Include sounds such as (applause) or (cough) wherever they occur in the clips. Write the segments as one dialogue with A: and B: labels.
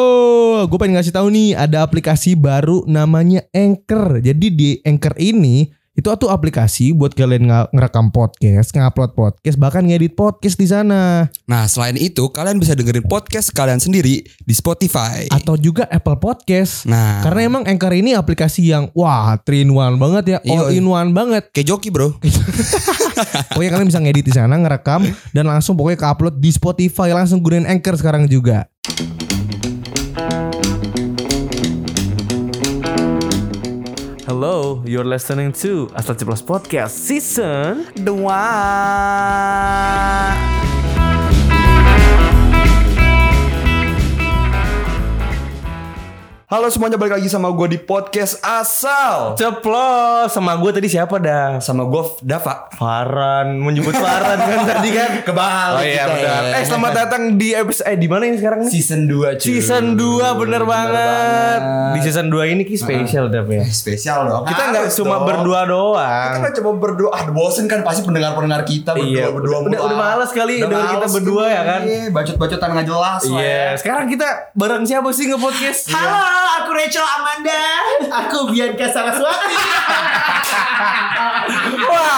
A: Halo, gue pengen ngasih tahu nih ada aplikasi baru namanya Anchor. Jadi di Anchor ini itu tuh aplikasi buat kalian nga- ngerekam podcast, ngupload podcast, bahkan ngedit podcast di sana
B: Nah, selain itu, kalian bisa dengerin podcast kalian sendiri di Spotify.
A: atau juga Apple Podcast.
C: Hmm.
B: nah,
A: Karena emang Anchor ini aplikasi yang wah, three in one banget ya, all
B: Iya.
A: in one banget.
B: kayak joki, Bro.
A: Pokoknya kalian bisa ngedit di sana, ngerekam dan langsung pokoknya ke upload di Spotify langsung gunain Anchor sekarang juga.
D: Hello, you're listening to Asal Ceplos Podcast Season
B: Dua. Halo semuanya, balik lagi sama gue di podcast Asal.
D: Ceplos sama gue tadi siapa dah?
B: Sama gue Dava.
D: Farhan menyebut Farhan kan tadi kan?
B: Kebalik
D: Oh iya
B: kita. ya.
D: benar. Eh selamat datang di episode eh di mana ini sekarang? nih?
B: Season 2 cuy.
D: Season 2 bener banget. Di season 2 ini ki spesial Dap ya.
E: Eh, spesial dong.
D: Kita nggak
E: Harus
D: cuma
E: dong.
D: berdua doang.
E: Kita nggak cuma berdua. Ah, bosen kan pasti pendengar-pendengar kita berdua berdua.
D: Iya, udah- udah-
E: mulu.
D: udah males kali
E: Udah
D: dengar kita
E: males
D: berdua,
E: nih.
D: ya kan?
E: Iya, bacot-bacotan nggak jelas. lah
D: Iya,
E: ya.
D: sekarang kita bareng siapa sih nge-podcast?
E: aku Rachel Amanda. Aku Bianca Saraswati.
D: Iya.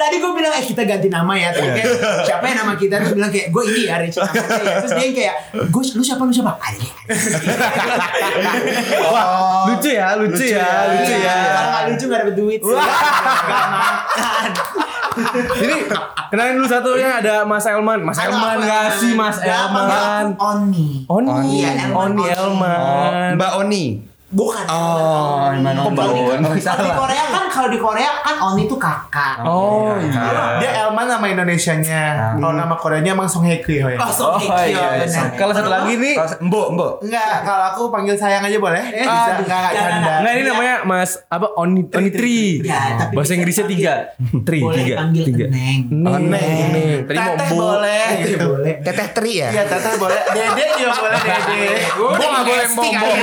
F: (laughs) Tadi gue bilang eh kita ganti nama ya. Tapi kayak,
D: Iya.
F: siapa yang nama kita terus bilang kayak gue ini ya Rachel namanya ya. Terus dia yang kayak gue lu siapa lu siapa? Ada dia.
D: Wah, lucu ya, lucu,
E: Lucu
D: ya,
E: ya.
D: lucu ya.
F: Kalau nggak lucu nggak dapet duit. sih. Nggak makan.
D: Ini kenalin dulu satunya ada Mas Elman. Mas Elman nggak sih Mas
F: Nggak,
D: Elman?
F: panggil aku Oni.
D: Oni, Oni,
F: Iya, Elman,
D: Elman.
F: Oni.
B: Mbak Oni.
F: Bukan. Oh,
E: Elman Oni.
F: Di di Korea kan kalau di Korea kan Oni itu kakak.
D: Oh, iya.
G: Dia Elman nama
D: Ah.
G: Indonesianya. Kalau nama Koreanya emang Song Hye Kyo ya.
F: Langsung
D: Oh,
F: kecil.
D: iya, iya.
F: benar.
D: Kalau satu lagi nih,
B: Mbok, Mbok.
G: Enggak, kalau aku panggil sayang aja boleh. Eh, Bisa enggak enggak
F: jangan,
G: canda.
D: nggak ini namanya Mas apa Oni Oni Tri.
F: Ya, tapi
D: Bahasa
F: bisa
D: Inggrisnya
F: panggil-
D: tiga, tri
F: Boleh
D: tiga,
F: panggil
D: tiga.
F: Neng.
D: Neng, neng. Tadi mau
G: Teteh
D: bu.
G: boleh. gitu.
F: Boleh.
E: Teteh Tri ya.
G: Iya, teteh boleh. Dede juga boleh dede.
D: Gua
G: Iya,
D: nggak boleh bombong.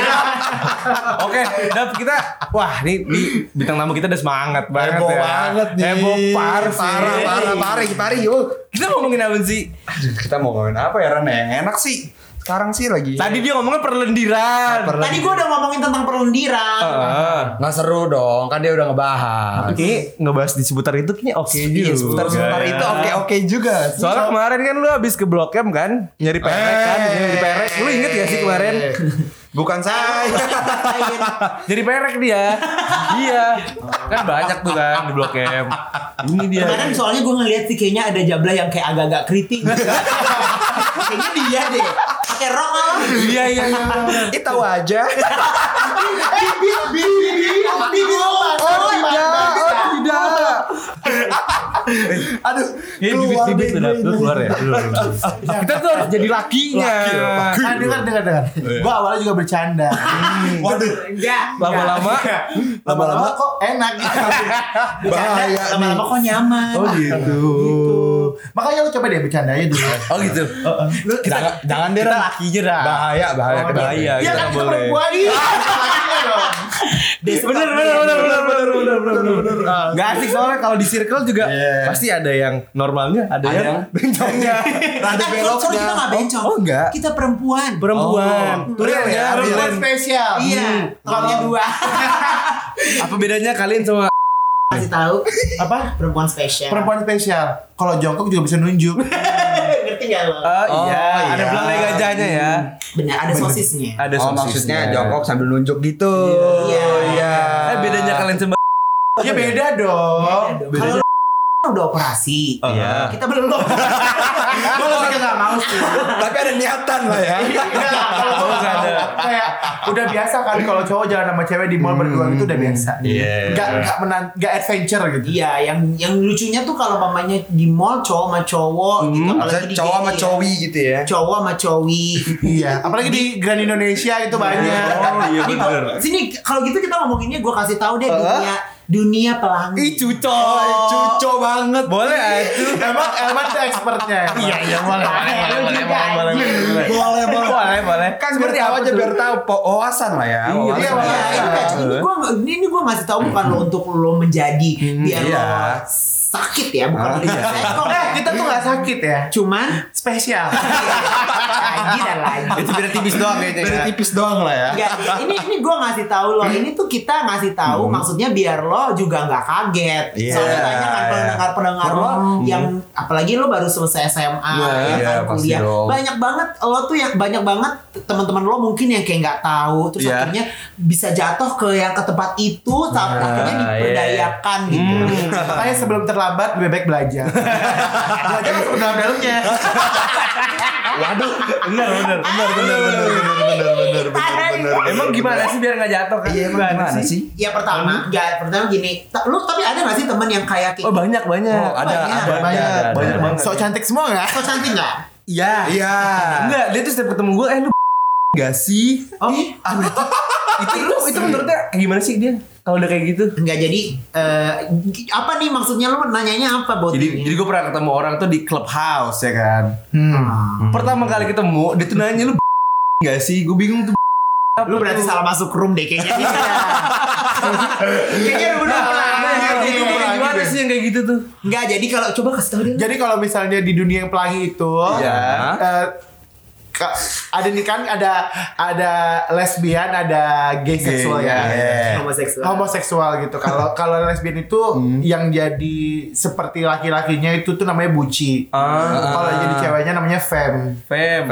D: Oke, Dap kita wah ini, ini bintang tamu kita udah semangat banget
E: Heboh
D: ya.
E: banget nih.
D: Heboh parah sih.
E: Parah, parah, parah, parah. yuk.
D: Kita ngomongin apa sih?
E: Aduh, Kita mau ngomongin apa ya, Ren? Yang enak sih. Sekarang sih lagi.
D: Tadi dia ngomongnya perlendiran. Ah.
F: Tadi gue udah ngomongin tentang perlendiran.
D: Heeh.
E: Nggak seru dong, kan dia udah ngebahas.
D: Oke, ngebahas di seputar itu kayaknya oke juga.
E: Iya, seputar-seputar itu oke-oke juga.
D: Soalnya kemarin kan lu habis ke Blok M kan, nyari perek kan, nyari perek. Lu inget gak sih kemarin?
E: Bukan saya.
D: Jadi perek dia. iya. Kan banyak tuh kan di Blok M. Ini dia.
F: Kemarin soalnya gue ngeliat sih kayaknya ada jabla yang kayak agak-agak
D: (laughs)
F: keriting. kayaknya dia deh. Pakai rok malah.
D: Iya iya. iya.
E: Itu tahu aja.
F: Bibi doang. Oh,
D: tidak.
E: Aduh,
D: Ya
E: keluar deh
D: bibit-bibit udah
E: gue
D: lu
E: ini.
D: keluar ya. Lu, lu, lu. Kita tuh harus jadi lakinya.
G: Ah, dengar dengar dengar. Gua awalnya juga bercanda.
E: Waduh,
F: Enggak.
D: Lama-lama
G: Lama-lama kok enak gitu.
F: Bercanda,
E: bahaya nih.
F: Lama-lama kok nyaman.
D: Oh gitu.
G: Makanya lu coba deh bercanda aja dulu.
D: Oh gitu.
E: Jangan, jangan deh,
D: Kita
E: Ren.
D: lakinya dah.
E: Bahaya, bahaya.
D: Oh, bahaya.
G: Iya
D: kita
G: kan
D: nggak
G: kita
D: boleh. Ah,
G: perempuan nih. Lakinya dong.
D: Bener bener bener bener bener bener bener bener.
G: Nah,
D: Gak asik soalnya kalau di circle juga Iya.
G: iya.
D: pasti ada yang normalnya, ada, yang bencongnya.
E: Rada
F: Eh, sorry, sorry, kita
E: beloknya.
F: gak bencong.
D: Oh, enggak.
F: Kita perempuan.
D: Perempuan.
E: Oh. Real ya, real.
G: Perempuan Iya, spesial.
D: Hmm.
G: Hmm.
F: Iya. Tolongnya dua.
D: Apa bedanya kalian sama
F: Kasih tahu.
G: Apa?
F: Perempuan spesial.
G: Perempuan spesial. Kalau jongkok juga bisa
D: (laughs)
G: nunjuk.
F: Ngerti gak lo?
D: Oh, iya, ada
E: iya.
D: belang gajahnya ya.
F: Bener, ada sosisnya.
D: Ada
E: Oh,
D: sosisnya.
E: maksudnya jongkok sambil nunjuk gitu.
D: Oh,
F: Iya.
E: Iya.
D: Eh bedanya kalian sama
G: Ya beda dong.
F: Kalau Kan udah operasi,
D: Iya.
F: kita belum.
G: Gue lebih ke gak mau sih.
E: Tapi ada niatan lah ya.
G: Enggak, Iya, kalau gue
D: Nggak
G: nggak
D: ada.
G: mau. kayak udah biasa kan kalau cowok jalan sama cewek di mall berdua
D: Hmm.
G: itu udah biasa.
E: Iya.
G: Enggak enggak menan enggak adventure gitu.
F: Iya, yang yang lucunya tuh kalau mamanya di mall cowok sama cowok
C: Hmm,
F: gitu, apalagi
E: Maksudnya
F: di
E: Hmm? cowok
F: gini
E: sama
F: ya.
E: cowi gitu ya.
F: Cowok sama cowi.
G: Iya, apalagi di Grand Indonesia itu banyak.
D: Oh iya
F: Ini
D: bener.
F: kalau- Sini kalau gitu kita ngomonginnya gue kasih tahu deh dunia dunia pelangi.
D: Ih cuco.
E: Cuco banget.
D: Boleh atuh.
G: Emang Elman tuh expertnya. Iya, iya boleh.
F: Lu juga, anjing.
E: Boleh, boleh.
D: Boleh boleh.
E: Kan seperti apa aja biar tahu po- wawasan lah ya.
D: Iya,
E: wawasan.
F: Iya, ini- ini
G: boleh.
F: gue ini, ini gue ngasih tahu bukan lo untuk lo menjadi biar
E: iya.
F: lo sakit ya bukan lidah
G: (laughs)
F: sekong.
G: Eh, kita tuh gak sakit ya.
F: Cuman (laughs)
G: Spesial.
F: lagi dan lagi.
D: Itu beda tipis doang kayaknya.
C: Dari
D: ya.
C: tipis doang lah ya.
F: Nggak, ini ini gue ngasih tahu lo ini tuh kita ngasih tahu maksudnya biar lo juga nggak kaget
C: Hmm. Iya,
F: soalnya banyak kan
C: iya. Hmm.
F: pendengar pendengar lo yang apalagi lo baru selesai SMA ya
C: iya,
F: kan
C: pasti
F: kuliah
C: dong.
F: banyak banget lo tuh yang banyak banget teman-teman lo mungkin yang kayak nggak tahu terus
C: Iya.
F: akhirnya bisa jatuh ke yang ke tempat itu sampai akhirnya
C: iya.
F: diperdayakan gitu
C: Hmm.
G: Makanya sebelum terlambat lebih baik belajar. belajar masuk ke dalam-dalamnya.
D: Waduh, benar benar.
C: Benar benar benar benar benar benar benar benar.
G: Emang gimana sih biar gak jatuh kan? Iya,
B: Gimana sih?
F: ya pertama
C: Hmm.
F: nggak pertama gini ta- lo tapi ada nggak sih teman yang kayak gitu?
G: Oh
F: kayak
G: banyak banyak.
B: Oh, ada,
F: Banyak,
B: ada,
G: banyak,
B: ada, ada,
G: banyak
B: ada.
G: banget.
C: Sok cantik semua enggak?
F: so cantik nggak
G: Iya.
C: Iya.
G: Enggak, dia tuh setiap ketemu gue, eh lu gak sih?
F: oh
G: Itu itu, itu menurutnya gimana sih dia? Kalau udah kayak gitu?
F: Enggak jadi eh, apa nih maksudnya lo nanyanya apa buat
G: Jadi, jadi gue pernah ketemu orang tuh di clubhouse ya kan. Pertama kali ketemu dia tuh nanya lu (laughs) gak sih? Gue bingung tuh.
F: lu berarti salah masuk room deh
B: (laughs)
F: kayaknya. Iya. kayaknya lu bener lah.
G: Nah, Itu tuh gitu. kayak gimana sih yang kayak gitu tuh?
F: Enggak jadi kalau coba kasih tau dia.
G: Jadi kalau misalnya di dunia yang pelangi itu, eh, ka- ada nih kan ada ada lesbian, ada gay seksual ya.
F: homoseksual.
G: Homoseksual gitu. Kalau kalau lesbian itu yang jadi seperti laki-lakinya itu tuh namanya buci. Kalau jadi ceweknya namanya femme.
B: Fem.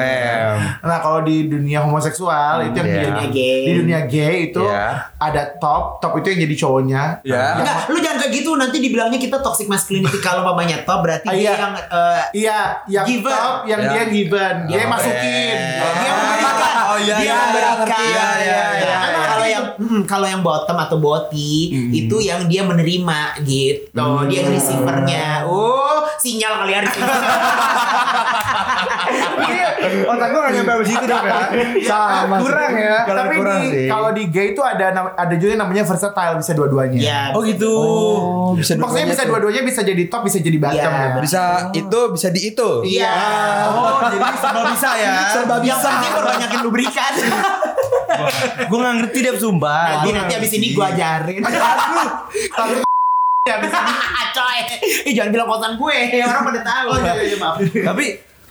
G: Nah kalau di dunia homoseksual itu yang
C: iya.
G: di, dunia
F: Dunia gay.
G: di dunia gay itu
C: Iya.
G: ada top, top itu yang jadi cowoknya.
B: Ya.
F: Enggak, lu jangan kayak gitu nanti dibilangnya kita toxic masculinity kalau mamanya top
B: Ah,
F: berarti
G: Iya.
F: dia yang eh,
G: Iya, yang
F: Given.
G: top yang
B: Iya.
G: dia given, dia
C: Oh,
G: masukin.
C: iya.
G: Dia
F: memberikan.
B: Oh, iya,
F: dia
B: iya,
F: memberikan.
B: iya, iya, iya, Hmm.
F: Karena
G: iya.
F: kalau yang mm, kalau yang bottom atau boti itu yang dia menerima gitu. Dia yang receivernya. Oh, sinyal kali ya
B: (laughs)
F: receiver.
G: otak gue gak nyampe abis itu dong ya Sama Kurang ya
C: Kurang-
G: Tapi
C: kurang
G: di-
C: sih.
G: kalau di gay itu ada nam- ada juga yang namanya versatile Bisa dua-duanya
F: ya.
B: Oh gitu. bisa
G: Maksudnya bisa
B: tuh.
G: dua-duanya bisa jadi top bisa jadi bottom
F: Iya.
G: ya.
B: Bisa itu, bisa di itu.
F: Iya.
G: Oh jadi semua bisa ya
F: Serba bisa. Yang penting perbanyakin lubrikan.
B: (laughs)
D: Gue nggak ngerti deh sumpah.
G: Nah,
F: nanti nanti abis ini gue (laughs) ajarin.
G: Ya, bisa.
F: Acoy. Ih jangan bilang kosan gue. (laughs) Orang pada tahu. Oh, iya, iya, maaf.
G: Tapi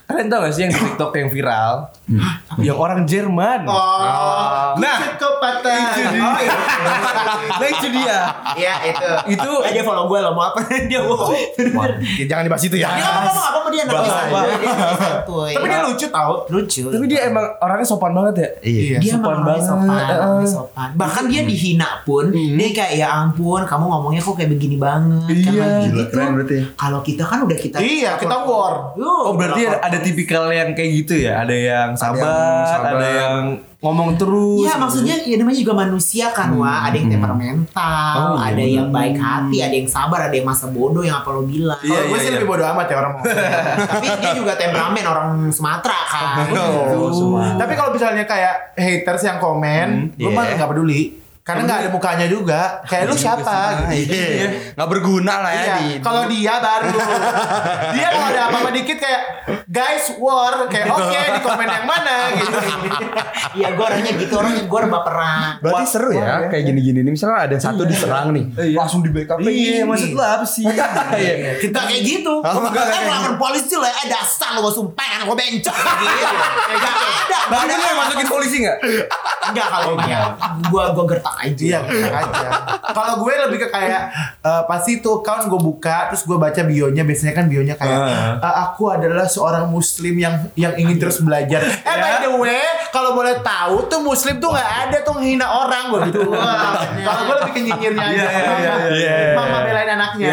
G: kalian tau gak sih yang di TikTok yang viral Yang orang
F: (laughs)
G: Jerman
F: Oh.
G: Nah
F: Kepatah. Oh iya.
G: Nah itu dia
F: Iya itu.
G: Itu
F: Eh, dia follow gue loh mau
G: (laughs)
F: apa dia mau.
G: Ya, Jangan dibahas itu ya
F: Dia nggak ngomong apa apa dia anak
G: Bahaya.
F: santuy. Dia anak santuy.
G: Tapi dia lucu tau
F: lucu.
G: Tapi dia emang orangnya sopan banget ya
C: Iya.
F: dia
G: sopan
F: sopan banget
G: banget. Hmm.
F: sopan,
G: Eh,
F: orangnya sopan. bahkan dia dihina pun dia kayak ya ampun kamu ngomongnya kok kayak begini banget kan
G: Hmm. Iya.
F: lagi
C: Gila,
F: gitu.
C: keren berarti.
F: kalau kita kan udah kita
G: Iya, kita war.
F: Yo,
G: Oh berarti ada, ada tipikal yang kayak gitu ya? Ada yang sabar, ada yang,
B: sabar.
G: ngomong terus.
F: Iya
D: gitu.
F: maksudnya ya namanya juga manusia kan
G: Hmm,
F: Wah ada yang temperamental,
G: Oh,
F: ada
G: iya,
F: yang baik hati, ada yang sabar, ada yang masa bodoh yang apa lo bilang.
G: Kalau gue sih lebih bodo amat ya orang mau.
F: Tapi dia juga temperamen orang Sumatera kan.
G: Gitu. Tapi kalau misalnya kayak haters yang komen, gue mah
C: iya.
G: nggak peduli. Karena nggak ada mukanya juga. Kayak lu siapa? gitu.
C: Iya.
B: Nggak berguna lah ya.
G: Iya,
B: Di,
G: kalau dia
B: (laughs)
G: baru dia kalau ada apa-apa dikit kayak guys war kayak
B: Gitu.
G: oke di komen yang mana
B: (laughs)
G: gitu.
F: Iya gue orangnya gitu orangnya gue orang baperan.
C: Berarti seru ya kayak gini-gini nih misalnya ada satu diserang nih. Langsung di backup
B: Iya, maksud lu apa sih? Iya.
F: Kita kayak gitu. Kalau kita
B: enggak, kayak
F: melawan polisi lah, eh dasar lo sumpah kan gue bencong. Gitu. Gak ada.
B: Bang, lu yang masukin polisi nggak?
F: Enggak kalau ya. Gue gue gertak aja.
G: Iya bener aja. Kalau gue lebih ke kayak eh, pasti itu account gue buka terus gue baca bionya biasanya kan bionya kayak "Eh, aku adalah seorang muslim yang yang ingin terus
B: (laughs)
G: belajar. Eh by
B: Ya?
G: the way kalau boleh tahu tuh muslim tuh nggak ada tuh ngehina orang gue gitu.
B: (laughs)
G: Wah, kalau gue lebih ke nyinyirnya aja.
B: Iya, iya, iya,
G: Mama-
B: iya,
G: Mama belain anaknya.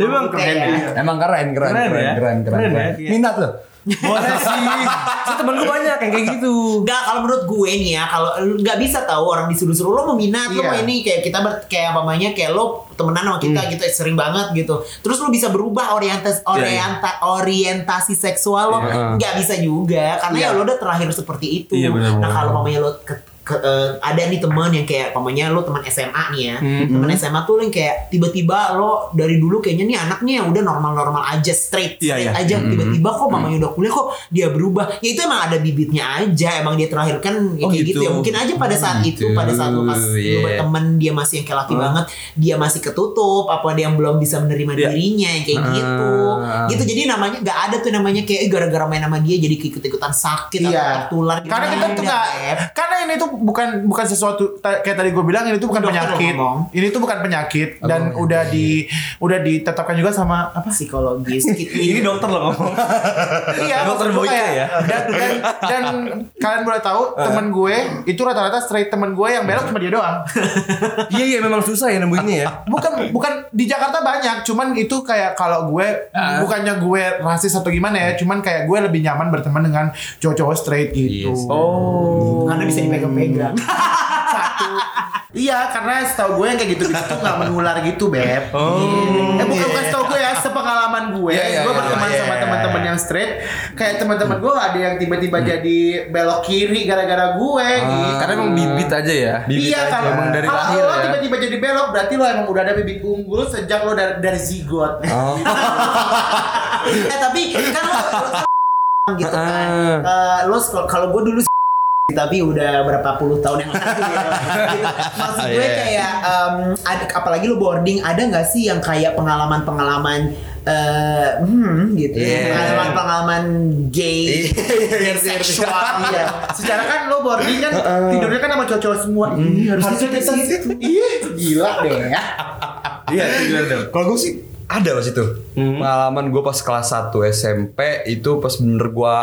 F: Emang keren ya.
C: Emang keren, keren, keren, keren, keren. keren. ya? Iya. Minat lo.
G: Boleh sih. Saya temen gue banyak yang kayak gitu.
F: Enggak, kalau menurut gue nih ya, kalau lu nggak bisa tahu orang disuruh-suruh lo mau minat, lo
G: Iya. Hmm.
F: mau ini kayak kita ber, kayak mamanya kayak lo temenan sama kita gitu eh, sering banget gitu. Terus lo bisa berubah
G: Iya,
F: orientasi orienta- orientasi
G: Iya.
D: Iya,
F: seksual lo nggak bisa juga karena ya lo udah terakhir seperti itu. nah, kalau mamanya lo ke- ke- eh, ada nih teman yang kayak pamannya lo teman SMA nih ya
D: Hmm.
F: teman SMA tuh lo yang kayak tiba-tiba lo dari dulu kayaknya nih anaknya yang udah normal-normal aja straight,
D: Iya, iya.
F: straight
D: Hmm.
F: aja tiba-tiba kok mamanya udah kuliah kok dia berubah ya itu emang ada bibitnya aja emang dia terakhir kan ya
D: Oh,
F: kayak gitu.
D: gitu.
F: ya mungkin aja pada saat itu pada saat lo pas
B: Iya.
F: lo berteman dia masih yang kayak laki banget dia masih ketutup apa dia yang belum bisa menerima
D: Iya.
F: dirinya yang kayak gitu gitu jadi namanya nggak ada tuh namanya kayak "Eh, gara-gara main sama dia jadi ikut-ikutan sakit
G: Iya.
F: atau tertular gitu.
G: Karena kita tuh
F: Nggak
G: nggak,
F: ada, Beb.
G: karena ini tuh bukan bukan sesuatu ta- kayak tadi gue bilang ini tuh bukan
F: Dokter
G: penyakit,
F: ngomong.
G: ini tuh bukan penyakit dan udah di udah ditetapkan juga sama
F: (laughs)
G: apa?
F: psikologis gitu.
D: Ini dokter loh ngomong.
G: iya,
D: Dokter
G: maksud gue
D: Boyke
G: kayak-
D: ya.
G: Dan, dan, dan kalian boleh tahu temen gue itu rata-rata straight temen gue yang belok cuma dia doang.
D: Iya iya memang susah ya nemuinnya ya.
G: (laughs) Bukan bukan di Jakarta banyak, cuman itu kayak kalau gue
D: Ah.
G: bukannya gue rasis atau gimana ya, cuman kayak gue lebih nyaman berteman dengan cowok-cowok straight gitu.
D: Iya Oh.
F: Karena bisa dipegang-pegang.
G: Iya, karena setahu gue yang kayak gitu-gitu tuh gak menular gitu, Beb. Eh bukan bukan setahu gue ya, sepengalaman gue,
B: Iya, iya,
G: gue
B: iya,
G: berteman
B: iya,
G: sama
B: iya.
G: teman-teman yang straight. Kayak teman-teman gue ada yang tiba-tiba jadi belok kiri gara-gara gue
D: Ah,
G: gitu.
C: Karena emang bibit aja ya.
G: iya kalau
C: Emang dari
G: kalau
C: lahir
G: lo
C: ya.
G: tiba-tiba jadi belok berarti lo emang udah ada bibit unggul sejak lo dari, dari zigot.
C: (laughs) Oh,
F: eh tapi kan lo lo- (laughs) gitu kan.
C: ah.
F: Eh, lo sekol- kalau gue dulu tapi udah berapa puluh tahun yang lalu ya. Gitu. maksud gue kayak em, ada- apalagi lu boarding ada nggak sih yang kayak pengalaman-pengalaman eh, hmm gitu ya. pengalaman-pengalaman gay seksual
G: (laughs)
F: ya
G: Secara kan lo boarding kan tidurnya kan sama cowok-cowok semua. Ih, harusnya kita situ. Iya, gila deh.
F: ya
B: Iya, Kalau gue sih ada loh situ.
C: Hmm. Pengalaman gue pas kelas 1 SMP itu pas bener gue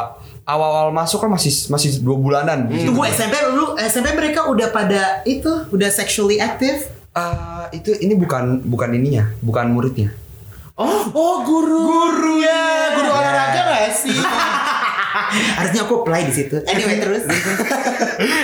C: awal-awal masuk kan masih masih dua bulanan. Gitu.
F: itu gue SMP lu SMP mereka udah pada itu udah sexually active
C: Ah, itu ini bukan bukan ininya, bukan muridnya.
G: Oh, oh guru. Guru
F: Iya.
G: ya, guru olahraga gak sih?
F: (laughs) harusnya aku apply di situ anyway terus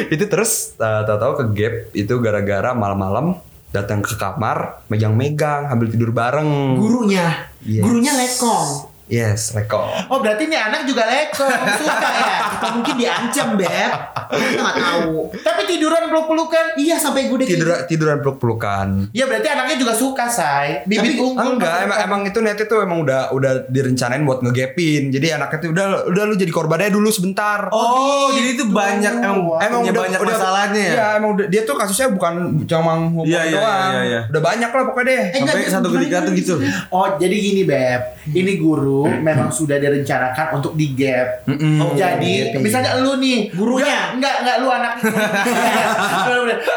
C: itu terus eh, tahu-tahu ke gap itu gara-gara malam-malam datang ke kamar megang-megang ambil tidur bareng.
F: gurunya
C: Yes.
F: gurunya lekong
C: Yes, rekor.
G: Oh, berarti ini anak juga lekong.
F: suka ya (laughs) atau mungkin diancam beb kita nggak tahu
G: Tapi tiduran peluk-pelukan.
F: iya sampai gue deh
C: Tidur tiduran peluk-pelukan.
G: Ya berarti anaknya juga suka, Say. Bibit unggul.
C: Enggak, emang emang itu niatnya tuh emang udah udah direncanain buat ngegapin. Jadi anaknya tuh udah udah lu jadi korbannya dulu sebentar.
D: Oh, jadi itu banyak emang punya
C: Emang Gitu. udah,
D: banyak
C: udah-
D: masalahnya ya.
C: Iya, emang udah dia tuh kasusnya bukan cuma hubungan
D: Iya, iya,
C: doang.
D: iya, iya.
C: Udah banyak lah pokoknya deh.
F: Eh,
D: Sampai satu ketika tuh gitu.
G: Oh, jadi gini, Beb. Ini guru memang sudah direncanakan untuk di gap. Oh, jadi misalnya lu nih, gurunya. Enggak, enggak lu anak.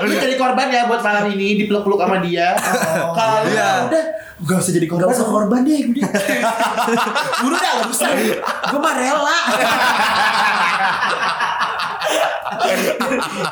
G: lu jadi korban ya buat malam ini dipeluk-peluk sama dia. Kalau lu
C: Iya.
G: udah Gak usah jadi korban.
F: Gak usah korban deh gue Guru dah gak usah Gue mah rela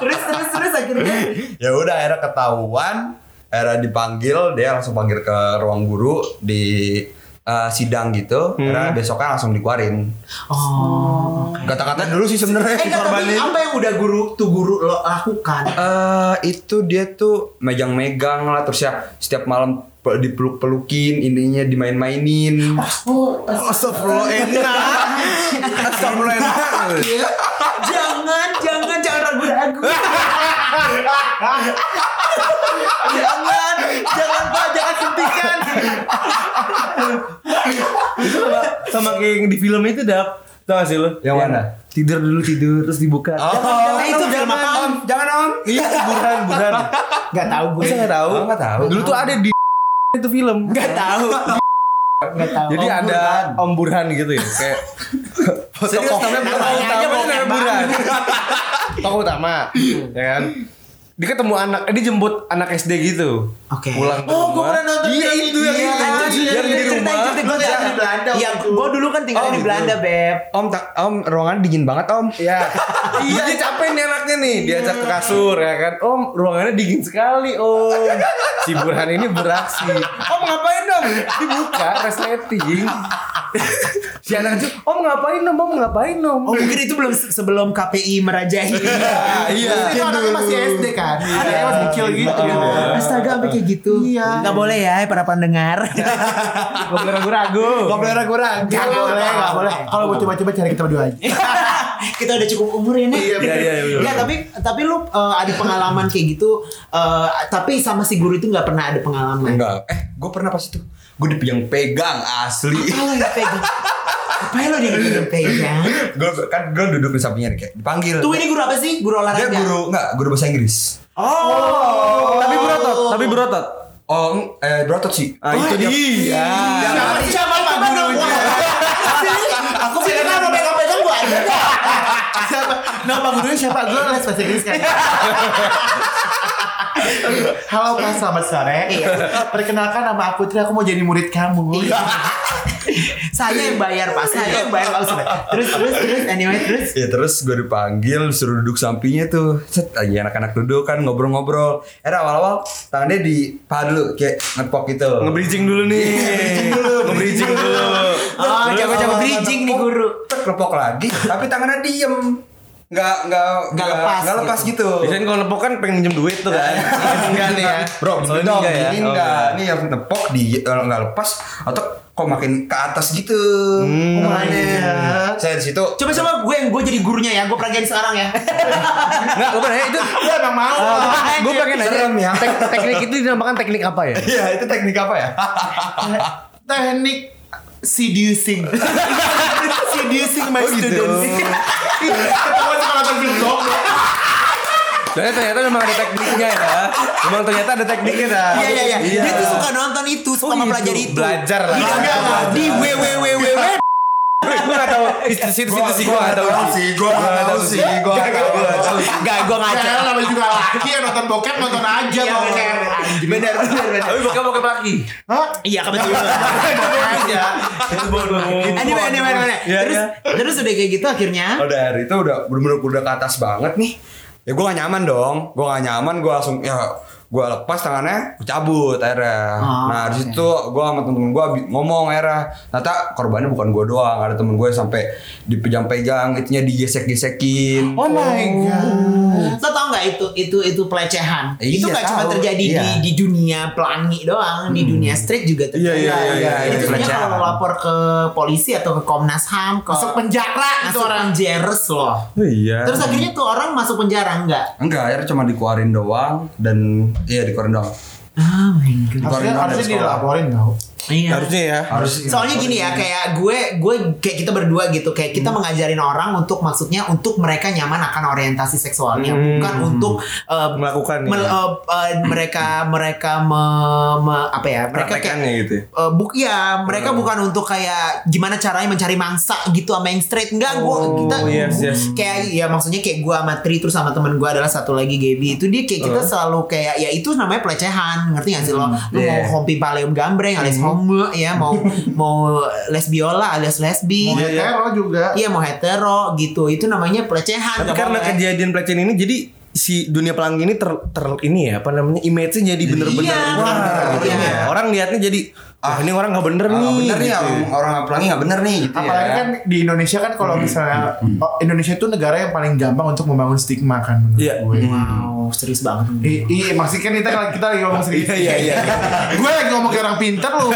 F: Terus terus terus akhirnya
C: (laughs) ya udah era ketahuan era dipanggil dia langsung panggil ke ruang guru di eh, sidang gitu era besoknya langsung dikeluarin
F: Oh
C: kata-kata dulu sih
F: Eh
C: sebenarnya
F: nggak, tapi apa yang udah guru tuh guru lo ah? lakukan
C: Eh, itu dia tuh megang-megang lah terus ya setiap malam pe- dipeluk-pelukin ininya dimain-mainin
D: Astagfirullah enak.
C: (laughs)
D: Astagfirullah enak.
F: Jangan jangan jangan ragu-ragu
G: Jangan, jangan pak, jangan suntikan.
D: Sama kayak yang di film itu dap. Tahu gak sih lo?
C: Yang mana?
D: Tidur dulu tidur terus dibuka.
C: Oh,
F: Jangan, itu film apaan?
D: Jangan om. Iya, buran, buran.
F: Gak tau gue
D: Masa nggak tahu?
C: Oh, nggak tahu.
D: Dulu tuh ada di itu film.
G: Iya.
F: Gak tau Gak tau
D: Jadi ada Om Burhan gitu ya, kayak Jadi namanya tokoh
F: Namanya
D: utama
F: aja banyak
D: namanya Burhan. tokoh utama, ya kan? Dia ketemu anak, eh, dia jemput anak SD gitu.
F: Oke.
D: Pulang ke
G: Oh,
D: rumah. Iya itu yang
F: Iya,
D: itu. yang di rumah.
F: Gue
G: di Belanda
F: Iya,
G: waktu itu.
F: gue dulu kan tinggal
C: Oh,
F: di
C: gitu.
F: Belanda, Beb.
C: Om, tak, om ruangan dingin banget om
D: Iya. Iya, dia capek nih anaknya nih. Diajak ke kasur ya kan. Om, ruangannya dingin sekali, Om. Si Burhan ini beraksi. Om ngapain dong? Dibuka resleting. si anak itu, Om ngapain dong? Om ngapain dong?
F: Oh, mungkin itu belum se- sebelum KPI merajai.
G: Iya. Itu anaknya masih SD kan. Anaknya masih kecil gitu.
F: Astaga, sampai kayak gitu. Iya. Gak boleh ya, para pendengar. (laughs)
D: Gak boleh ragu-ragu.
G: Gak boleh, gak boleh. Kalau mau coba-coba cari kita berdua aja.
F: kita udah cukup umur ya nih.
G: Iya, bener.
F: iya, Nggak, tapi tapi lu eh, ada pengalaman kayak gitu eh, tapi sama si guru itu nggak pernah ada pengalaman.
C: Enggak. Eh, gue pernah pas itu. Gue dipegang pegang (laughs) asli.
F: Apa lo yang pegang? ya, Apa ya lo yang pegang?
C: gue kan gue duduk di sampingnya nih, kayak dipanggil.
F: Tuh iya, ini guru apa sih? Guru olahraga.
C: Dia guru enggak, guru bahasa Inggris.
D: Tapi berotot, tapi berotot.
C: Oh, eng- eh berotot sih.
D: Ah, itu dia. Iya.
F: Siapa siapa Pak gurunya? Aku pikir nama pegang-pegang gua ada.
G: siapa nama gurunya siapa gue les bahasa Inggris kan Halo Pak, selamat sore.
F: Iya.
G: Perkenalkan nama aku Tri, aku mau jadi murid kamu.
F: Saya yang bayar Pak, saya yang bayar Pak Ustaz. Terus terus terus anyway terus
C: Ya terus gue dipanggil suruh duduk sampingnya tuh Set lagi anak-anak duduk kan ngobrol-ngobrol Eh awal-awal tangannya di paha dulu kayak ngepok gitu
D: Nge-bridging dulu nih.
C: Iya.
D: Nge-bridging dulu.
F: Ah, jago-jago bridging nih guru.
C: Tek, Ngepok lagi tapi tangannya diem Nggak, nggak,
F: Nggak lepas
C: nggak lepas gitu,
D: Biasanya kalau nepok kan pengen minjem duit tuh kan. (laughs) Enggak nih ya.
C: Bro,
D: Oh,
C: ini
D: ini
C: dong,
D: enggak ya?
C: ini
D: Oh,
C: enggak Ini yang ngepok di, eh, nggak lepas Atau kok makin ke atas gitu Kemana Saya disitu
F: Coba coba gue yang gue jadi gurunya ya, gue peragain sekarang ya.
D: Enggak, gue pengen nanya itu.
G: Gue emang mau.
C: Ah,
D: Gue pengen nanya.
C: Serem ya
D: tek- teknik itu dinamakan teknik apa ya?
C: Iya itu teknik apa ya?
G: Teknik
F: (laughs)
G: seducing. seducing my
F: Oh, gitu.
G: students. Ketemu sama nonton film goblok.
D: Soalnya ternyata memang ada tekniknya ya. Memang ternyata ada tekniknya dah.
F: Iya iya Oh, gitu. iya. Dia tuh suka nonton itu, suka mempelajari itu.
D: Belajar lah.
C: Iya,
F: Enggak, enggak, enggak. Di www.
D: Gue gak tau. Situ-situ sih gue gak tau.
C: sih, gue gak tau sih, gue gak tau
F: Enggak, gue ngaca.
G: Jangan namanya Iya, juga laki yang nonton bokep nonton aja
F: Iya,
G: mau.
F: bener.
G: Bener bener bener.
D: Tapi bokep bokep laki.
G: Hah?
F: Iya
C: (laughs)
F: kebetulan.
C: ya.
G: Aja.
F: Anyway, anyway, anyway.
D: Iya,
F: Terus terus udah kayak gitu akhirnya.
C: Kalau dari itu udah bener-bener udah ke atas banget nih Ya gue gak nyaman dong Gue gak nyaman gue langsung ya Gue lepas tangannya Gue cabut akhirnya
F: Ah,
C: Nah disitu gue sama temen-temen gue ngomong akhirnya Ternyata korbannya bukan gue doang Ada temen gue sampai dipegang-pegang Itunya digesek-gesekin
G: Oh my god.
F: Lo tau nggak itu itu itu pelecehan?
C: Iya,
F: itu nggak cuma
C: tahu.
F: terjadi
C: Iya. Hmm.
F: di di dunia pelangi doang, di dunia street juga terjadi.
C: Iya, iya, iya, iya,
F: itu sebenarnya
C: pelecehan.
F: kalau lo lapor ke polisi atau ke Komnas Ham, ke
G: Masuk penjara itu
F: masuk
G: orang.
F: penjeres loh.
D: Iya.
C: Hmm.
F: Terus akhirnya tuh orang masuk penjara enggak?
C: Oh, Enggak akhirnya cuma dikeluarin doang Dan iya dikeluarin doang
F: Oh my god.
G: Harusnya
C: Dikeluarin doang dari
G: harusnya
C: sekolah.
G: dilaporin tau.
F: Iya.
D: Harusnya ya.
C: Harus
F: Soalnya gini ya kayak gue gue kayak kita berdua gitu kayak kita
D: Hmm.
F: mengajarin orang untuk maksudnya untuk mereka nyaman akan orientasi seksualnya bukan untuk eh,
D: Hmm. Melakukan
F: mel-
D: ya.
F: eh, eh, mereka mereka me- me- apa ya mereka kayak
D: Praktekannya gitu. ya.
F: eh, buk ya mereka bukan untuk kayak gimana caranya mencari mangsa gitu sama yang straight enggak gue
D: Oh,
F: kita
D: yes, yes.
F: kayak ya maksudnya kayak gue sama Tri terus sama temen gue adalah satu lagi Gaby itu dia kayak kita selalu kayak ya itu namanya pelecehan ngerti gak sih lo lu
C: yeah.
F: mau hompi paleum gambreng alias homo ya mau mau lesbiola alias lesbi
G: Mau hetero juga.
F: iya mau hetero gitu itu namanya
D: Tapi
F: pelecehan nggak
D: karena
F: boleh.
D: kejadian pelecehan ini jadi si dunia pelangi ini ter, ter ini ya apa namanya image-nya jadi bener-bener
F: Iya,
D: wah,
F: bener-bener
D: gitu
F: iya.
D: ya. orang lihatnya jadi ah ini orang nggak bener
C: Ah,
D: nih
C: nggak bener nih
D: gitu.
C: orang- orang pelangi nggak bener nih gitu ya.
G: Apalagi kan di Indonesia kan kalau
D: Hmm.
G: misalnya oh, Indonesia itu negara yang paling gampang untuk membangun stigma kan menurut
D: Iya.
G: gue.
F: wow serius banget
G: I- Iya, maksudnya kan kita kita lagi ngomong serius.
D: Iya, iya, iya.
G: gue lagi ngomong ke orang pintar lu.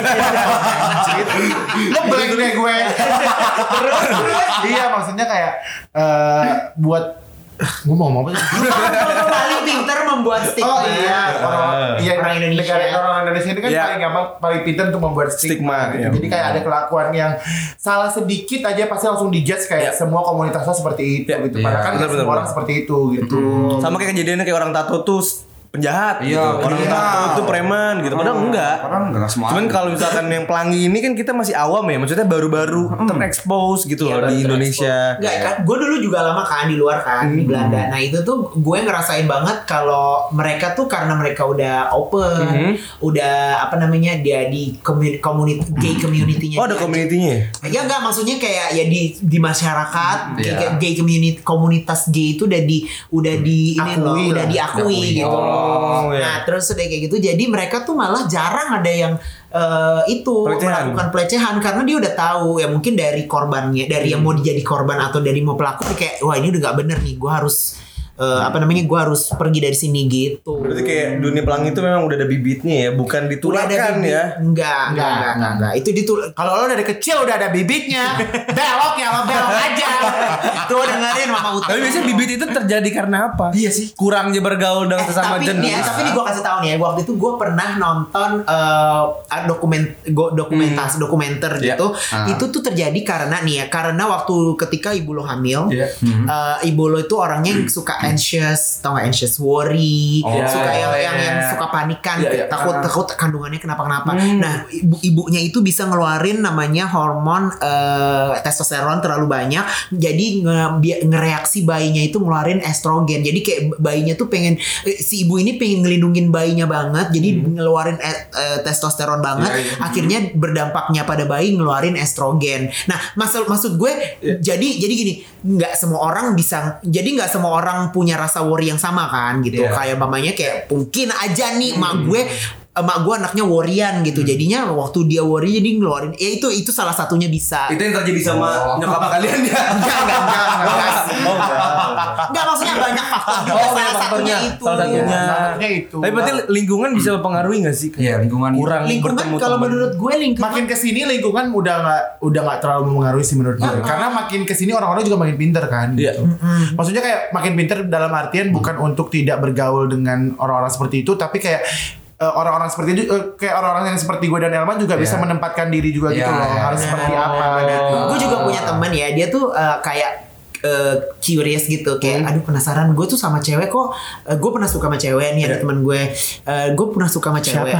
G: lu blank deh gue. Terus, terus. Iya, maksudnya kayak eh, buat gue mau ngomong apa sih?
F: Orang (laughs) paling pinter membuat stigma
G: Oh iya, orang, iya
F: Orang Indonesia.
G: negara orang Indonesia itu kan
D: Iya.
G: paling gampang paling pintar untuk membuat
D: Stigma,
G: stigma. gitu.
D: iya.
G: Jadi kayak ada kelakuan yang salah sedikit aja pasti langsung dijudge kayak semua komunitasnya seperti itu
D: Iya.
G: gitu.
C: Iya,
G: Padahal kan nggak
D: benar,
G: semua
D: benar.
G: orang seperti itu gitu.
D: sama kayak kejadiannya kayak orang tato tuh s- penjahat
C: Iya,
D: gitu. orang
C: kriminal.
D: tato tuh preman gitu padahal enggak
C: Orang enggak semua.
D: Cuman kalau misalkan yang pelangi ini kan kita masih awam ya, maksudnya baru-baru terekspos gitu loh di Indonesia.
F: Enggak, kan, gue dulu juga lama kan di luar kan di Belanda. Nah itu tuh gue ngerasain banget kalau mereka tuh karena mereka udah open, udah apa namanya dia di community, community gay community-nya.
D: Oh ada community-nya.
F: Ya enggak maksudnya kayak ya di di masyarakat
C: Iya.
F: kayak gay community komunitas gay itu udah di udah di ini loh,
G: Akui
F: udah
G: lah.
F: diakui
C: Diakui.
F: gitu.
D: Oh, iya.
F: Nah, terus udah kayak gitu jadi mereka tuh malah jarang ada yang eh, itu
D: Pelecehan.
F: melakukan pelecehan karena dia udah tahu ya mungkin
D: Hmm.
F: dari korbannya, dari yang mau jadi korban atau dari mau pelaku dia kayak wah ini udah gak bener nih, gue harus eh, apa namanya gue harus pergi dari sini gitu.
D: Berarti kayak dunia pelangi itu memang udah ada bibitnya ya, bukan ditularkan
F: bibit.
D: ya.
F: Enggak, enggak, enggak, enggak, enggak. Itu ditul
G: Kalau lo dari kecil udah ada
D: (laughs)
G: bibitnya,
F: belok ya, sama belok aja. Tuh dengerin mama Uta.
D: Tapi biasanya bibit itu terjadi karena apa? Iya sih. Kurangnya bergaul dengan
B: (laughs)
D: sesama
F: Eh, tapi,
D: jenis.
F: nih, tapi ini gue kasih tahu nih ya, waktu itu gue pernah nonton eh, dokumen go- dokumentasi
D: Hmm.
F: dokumenter
D: Ya.
F: gitu.
D: Ah.
F: Itu tuh terjadi karena nih ya, karena waktu ketika ibu lo hamil,
D: Ya. Hmm.
F: eh, ibu lo itu orangnya yang suka anxious, tau gak anxious, worry,
D: Oh,
F: suka
D: ya,
F: yang, yang yang suka panikan, takut takut kandungannya kenapa-kenapa. Nah, ibu ibunya itu bisa ngeluarin namanya hormon eh, testosteron terlalu banyak, jadi nge- dia- ngereaksi bayinya itu ngeluarin estrogen. Jadi kayak bayinya tuh pengen eh, si ibu ini pengen ngelindungin bayinya banget, jadi ngeluarin e- eh, testosteron banget. Akhirnya berdampaknya pada bayi ngeluarin estrogen. Nah, maksud maksud gue jadi jadi gini, nggak semua orang bisa jadi nggak semua orang punya rasa worry yang sama kan gitu. Kayak mamanya kayak mungkin aja nih
D: Hmm.
F: mak gue emak gue anaknya worryan gitu jadinya waktu dia worry jadi ngeluarin ya itu itu salah satunya bisa
D: Itu yang terjadi sama
C: (laughs)
D: nyokap kalian ya.
F: enggak enggak enggak enggak Enggak, maksudnya banyak faktor juga
D: (laughs) Oh,
F: salah
D: banyak
F: satunya
D: faktornya.
F: itu
D: Salah satunya.
F: Iya.
G: Makanya itu.
D: Tapi berarti lingkungan bisa mempengaruhi gak sih?
C: Iya, lingkungan.
D: kurang
F: lingkungan
D: bertemu
F: kalau
D: teman.
F: menurut gue lingkungan
G: makin kesini lingkungan udah nggak udah nggak terlalu mempengaruhi sih menurut gue. Karena makin kesini orang-orang juga makin pinter kan.
D: Iya.
G: Gitu. Maksudnya kayak makin pinter dalam artian bukan untuk tidak bergaul dengan orang-orang seperti itu, tapi kayak eh, orang-orang seperti itu eh, kayak orang-orang yang seperti gue dan Elman juga bisa menempatkan diri juga gitu
C: Iya,
G: loh
C: iya.
G: harus seperti apa gitu. dan
F: gue juga punya
D: Ah.
F: temen ya dia tuh eh, kayak eh, curious gitu
D: Hmm.
F: kayak aduh penasaran gue tuh sama cewek kok eh, gue pernah suka sama cewek nih
D: Ya.
F: ada temen gue eh, gue pernah suka sama cewek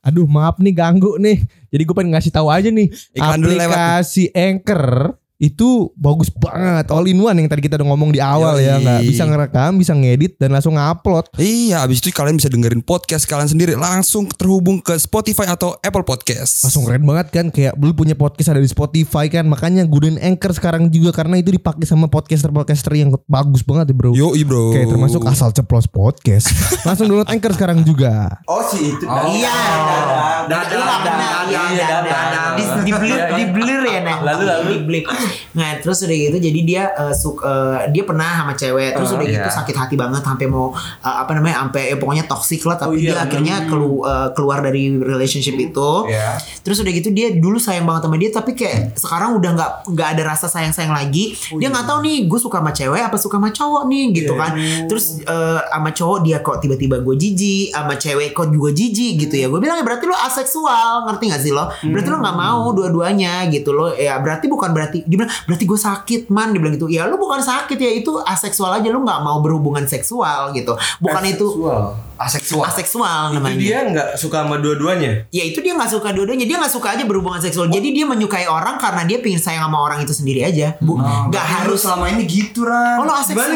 A: Aduh maaf nih ganggu nih. Jadi gue pengen ngasih tahu aja nih
B: Iklan dulu lewat.
A: aplikasi Anchor itu bagus banget all in one yang tadi kita udah ngomong di awal
B: Yoi.
A: ya nggak bisa ngerekam bisa ngedit dan langsung ngupload
B: Iya, abis itu kalian bisa dengerin podcast kalian sendiri langsung terhubung ke Spotify atau Apple Podcast.
A: langsung keren banget kan kayak lu punya podcast ada di Spotify kan makanya gunain Anchor sekarang juga karena itu dipakai sama podcaster-podcaster yang bagus banget ya bro
B: Yo, bro.
A: Oke termasuk asal ceplos podcast (laughs) Langsung download Anchor sekarang juga
D: Oh sih itu.
F: iya
D: Dadang,
F: Iya, benar.
D: dadang,
F: Iya,
D: iya,
F: dadang.
D: dadang.
F: Di- dibelir dibelir ya nah
D: Lalu, lalu.
F: dibelir nah terus udah gitu jadi dia eh, suk- eh, dia pernah sama cewek terus udah gitu
C: iya.
F: sakit hati banget sampai mau eh, apa namanya sampai eh, pokoknya toksik lah tapi
D: Oh, iya, Hmm.
F: dia akhirnya kelu- eh, keluar dari relationship itu
C: Iya.
F: terus udah gitu dia dulu sayang banget sama dia tapi kayak sekarang udah nggak nggak ada rasa sayang sayang lagi dia nggak tahu nih gue suka sama cewek apa suka sama cowok nih gitu kan terus eh, sama cowok dia kok tiba-tiba gue jijik sama cewek kok juga jijik gitu ya gue bilang ya berarti lo aseksual ngerti gak sih lo berarti lo nggak mau dua-duanya gitu lo ya berarti bukan berarti dia bilang berarti gue sakit man dia bilang gitu ya lo bukan sakit ya itu aseksual aja lo nggak mau berhubungan seksual gitu bukan itu
C: Aseksual.
F: aseksual namanya
D: Dia nggak suka sama dua-duanya.
F: ya itu dia nggak suka dua-duanya dia nggak suka aja berhubungan seksual jadi dia menyukai orang karena dia pengen sayang sama orang itu sendiri aja bu
G: Oh,
F: nggak harus
C: selama ini gitu Ran.
F: oh lo aseksual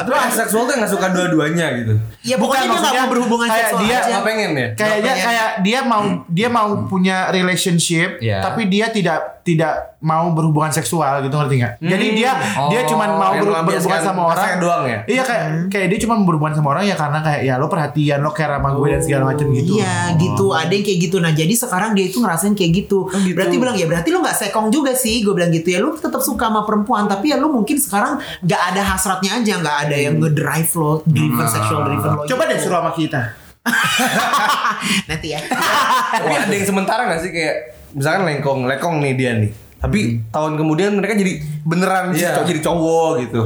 D: Atau aseksual tuh nggak suka dua-duanya gitu.
F: ya pokoknya dia nggak
G: maksudnya
F: mau berhubungan
G: kayak
F: seksual
G: dia
F: aja
D: Nggak pengen ya.
G: kayaknya
F: Jawabannya-
G: kayak dia mau
D: Hmm.
G: dia mau punya relationship
D: Ya.
C: Iya.
G: tapi dia tidak tidak mau berhubungan seksual gitu ngerti nggak? Jadi dia dia
C: Oh,
G: cuman mau
D: Hmm. yang
G: ber-
D: melampiaskan
G: berhubungan sama orang
D: rasa doang ya?
G: Iya kayak
F: Hmm.
G: kayak dia cuma berhubungan sama orang ya karena kayak ya lo perhatian lo care sama gue dan segala macam gitu.
F: Iya gitu ada yang kayak gitu Nah jadi sekarang dia itu ngerasain kayak gitu,
G: Oh,
F: Berarti bilang ya berarti lu gak sekong juga sih Gue bilang gitu ya lu tetap suka sama perempuan Tapi ya lu mungkin sekarang gak ada hasratnya aja Gak ada yang ngedrive lo Driven sexual driven lo
G: Hmm. Coba
F: gitu.
G: deh suruh sama kita.
F: (laughs) Nanti ya
G: (laughs)
D: Tapi ada yang sementara nggak sih kayak misalkan lengkong, lekong nih dia nih. Tapi tahun kemudian mereka jadi beneran sih, cow- jadi cowok gitu.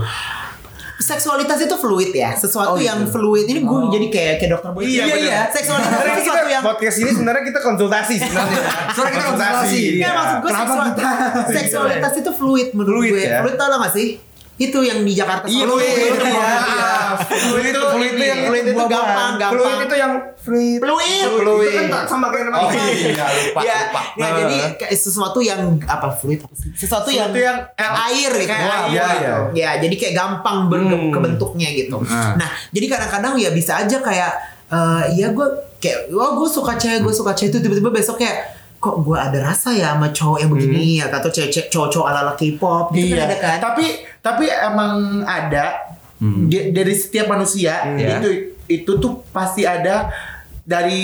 F: seksualitas itu fluid ya sesuatu yang fluid ini gue jadi kayak kayak dokter
D: Oh,
F: boy
D: gitu. Iya, iya.
F: seksualitas itu
D: Sebenarnya kita
F: sesuatu yang
D: podcast ini sebenarnya kita konsultasi sebenarnya. Sebenarnya kita konsultasi.
F: Nggak,
D: Iya.
F: maksud gue seksual- (laughs) seksualitas itu fluid menurut
D: Fluid
F: gue
D: ya.
F: fluid tau lo gak sih itu yang di Jakarta
D: Iya,
F: selalu
D: fluid,
F: fluid,
D: iya,
F: fluid.
D: iya. Fluid itu fluid itu yang fluid
F: itu gampang gampang
D: Fluid itu yang fluid.
F: fluid
D: Fluid.
F: Itu kan sama kayak namanya
C: iya, lupa,
F: ya,
C: lupa.
F: ya, jadi kayak sesuatu yang apa fluid apa sih? Sesuatu yang, air gitu.
D: air
F: ya,
D: gitu.
F: ya, jadi kayak gampang berbentuknya kebentuknya gitu. Nah, jadi kadang-kadang ya bisa aja kayak eh ya gue kayak wah gue suka cewek, gue suka cewek itu tiba-tiba besok kayak kok gue ada rasa ya sama cowok yang begini ya atau cewek cowok-cowok ala-ala K-pop
D: Iya.
F: gitu kan ada kan.
G: Tapi tapi emang ada
D: Hmm.
G: di- dari setiap manusia
D: Iya.
G: itu itu tuh
D: Hmm.
G: pasti ada dari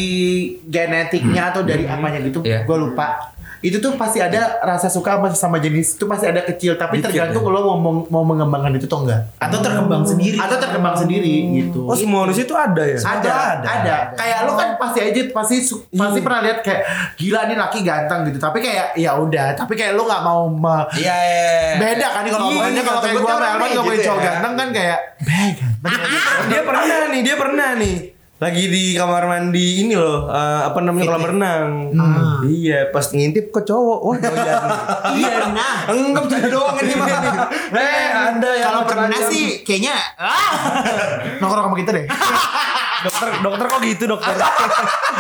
G: genetiknya atau dari apanya gitu.
C: Iya.
G: Gue lupa. itu tuh pasti ada rasa suka sama sama jenis itu pasti ada kecil tapi
C: Dikit,
G: tergantung
C: ya.
G: lo mau, mau mau mengembangkan itu atau enggak Hmm.
F: Atau terkembang sendiri. Hmm.
G: atau terkembang sendiri gitu
D: Oh semua manusia itu ada ya?
G: ada, ada, Kayak lo kan pasti aja pasti su-
D: Iya.
G: pasti pernah lihat kayak gila nih laki ganteng gitu. Tapi kayak ya udah, tapi kayak lo nggak mau me-
C: Iya, iya.
G: beda kan nih kalau
C: Iya,
G: ngomongnya kalau kayak
C: ganteng
G: gue
C: bener
G: sama Elman
C: nih,
G: ngomongin
C: gitu
G: cowok
C: ya.
G: ganteng kan kayak "Beh, ganteng."
D: (laughs) dia pernah nih, dia pernah nih. Lagi di kamar mandi ini loh, eh, apa namanya kolam renang.
F: Ah.
D: Iya, pas ngintip ke cowok. Wah, (laughs) doyan.
F: Iya pernah.
C: Enggak jadi doang ini mah.
D: (laughs) Iya.
C: Eh, Anda yang
F: Kalau pernah
C: macam-macam.
F: sih kayaknya ah,
G: nongkrong sama kita deh.
D: dokter, dokter kok gitu dokter? (laughs)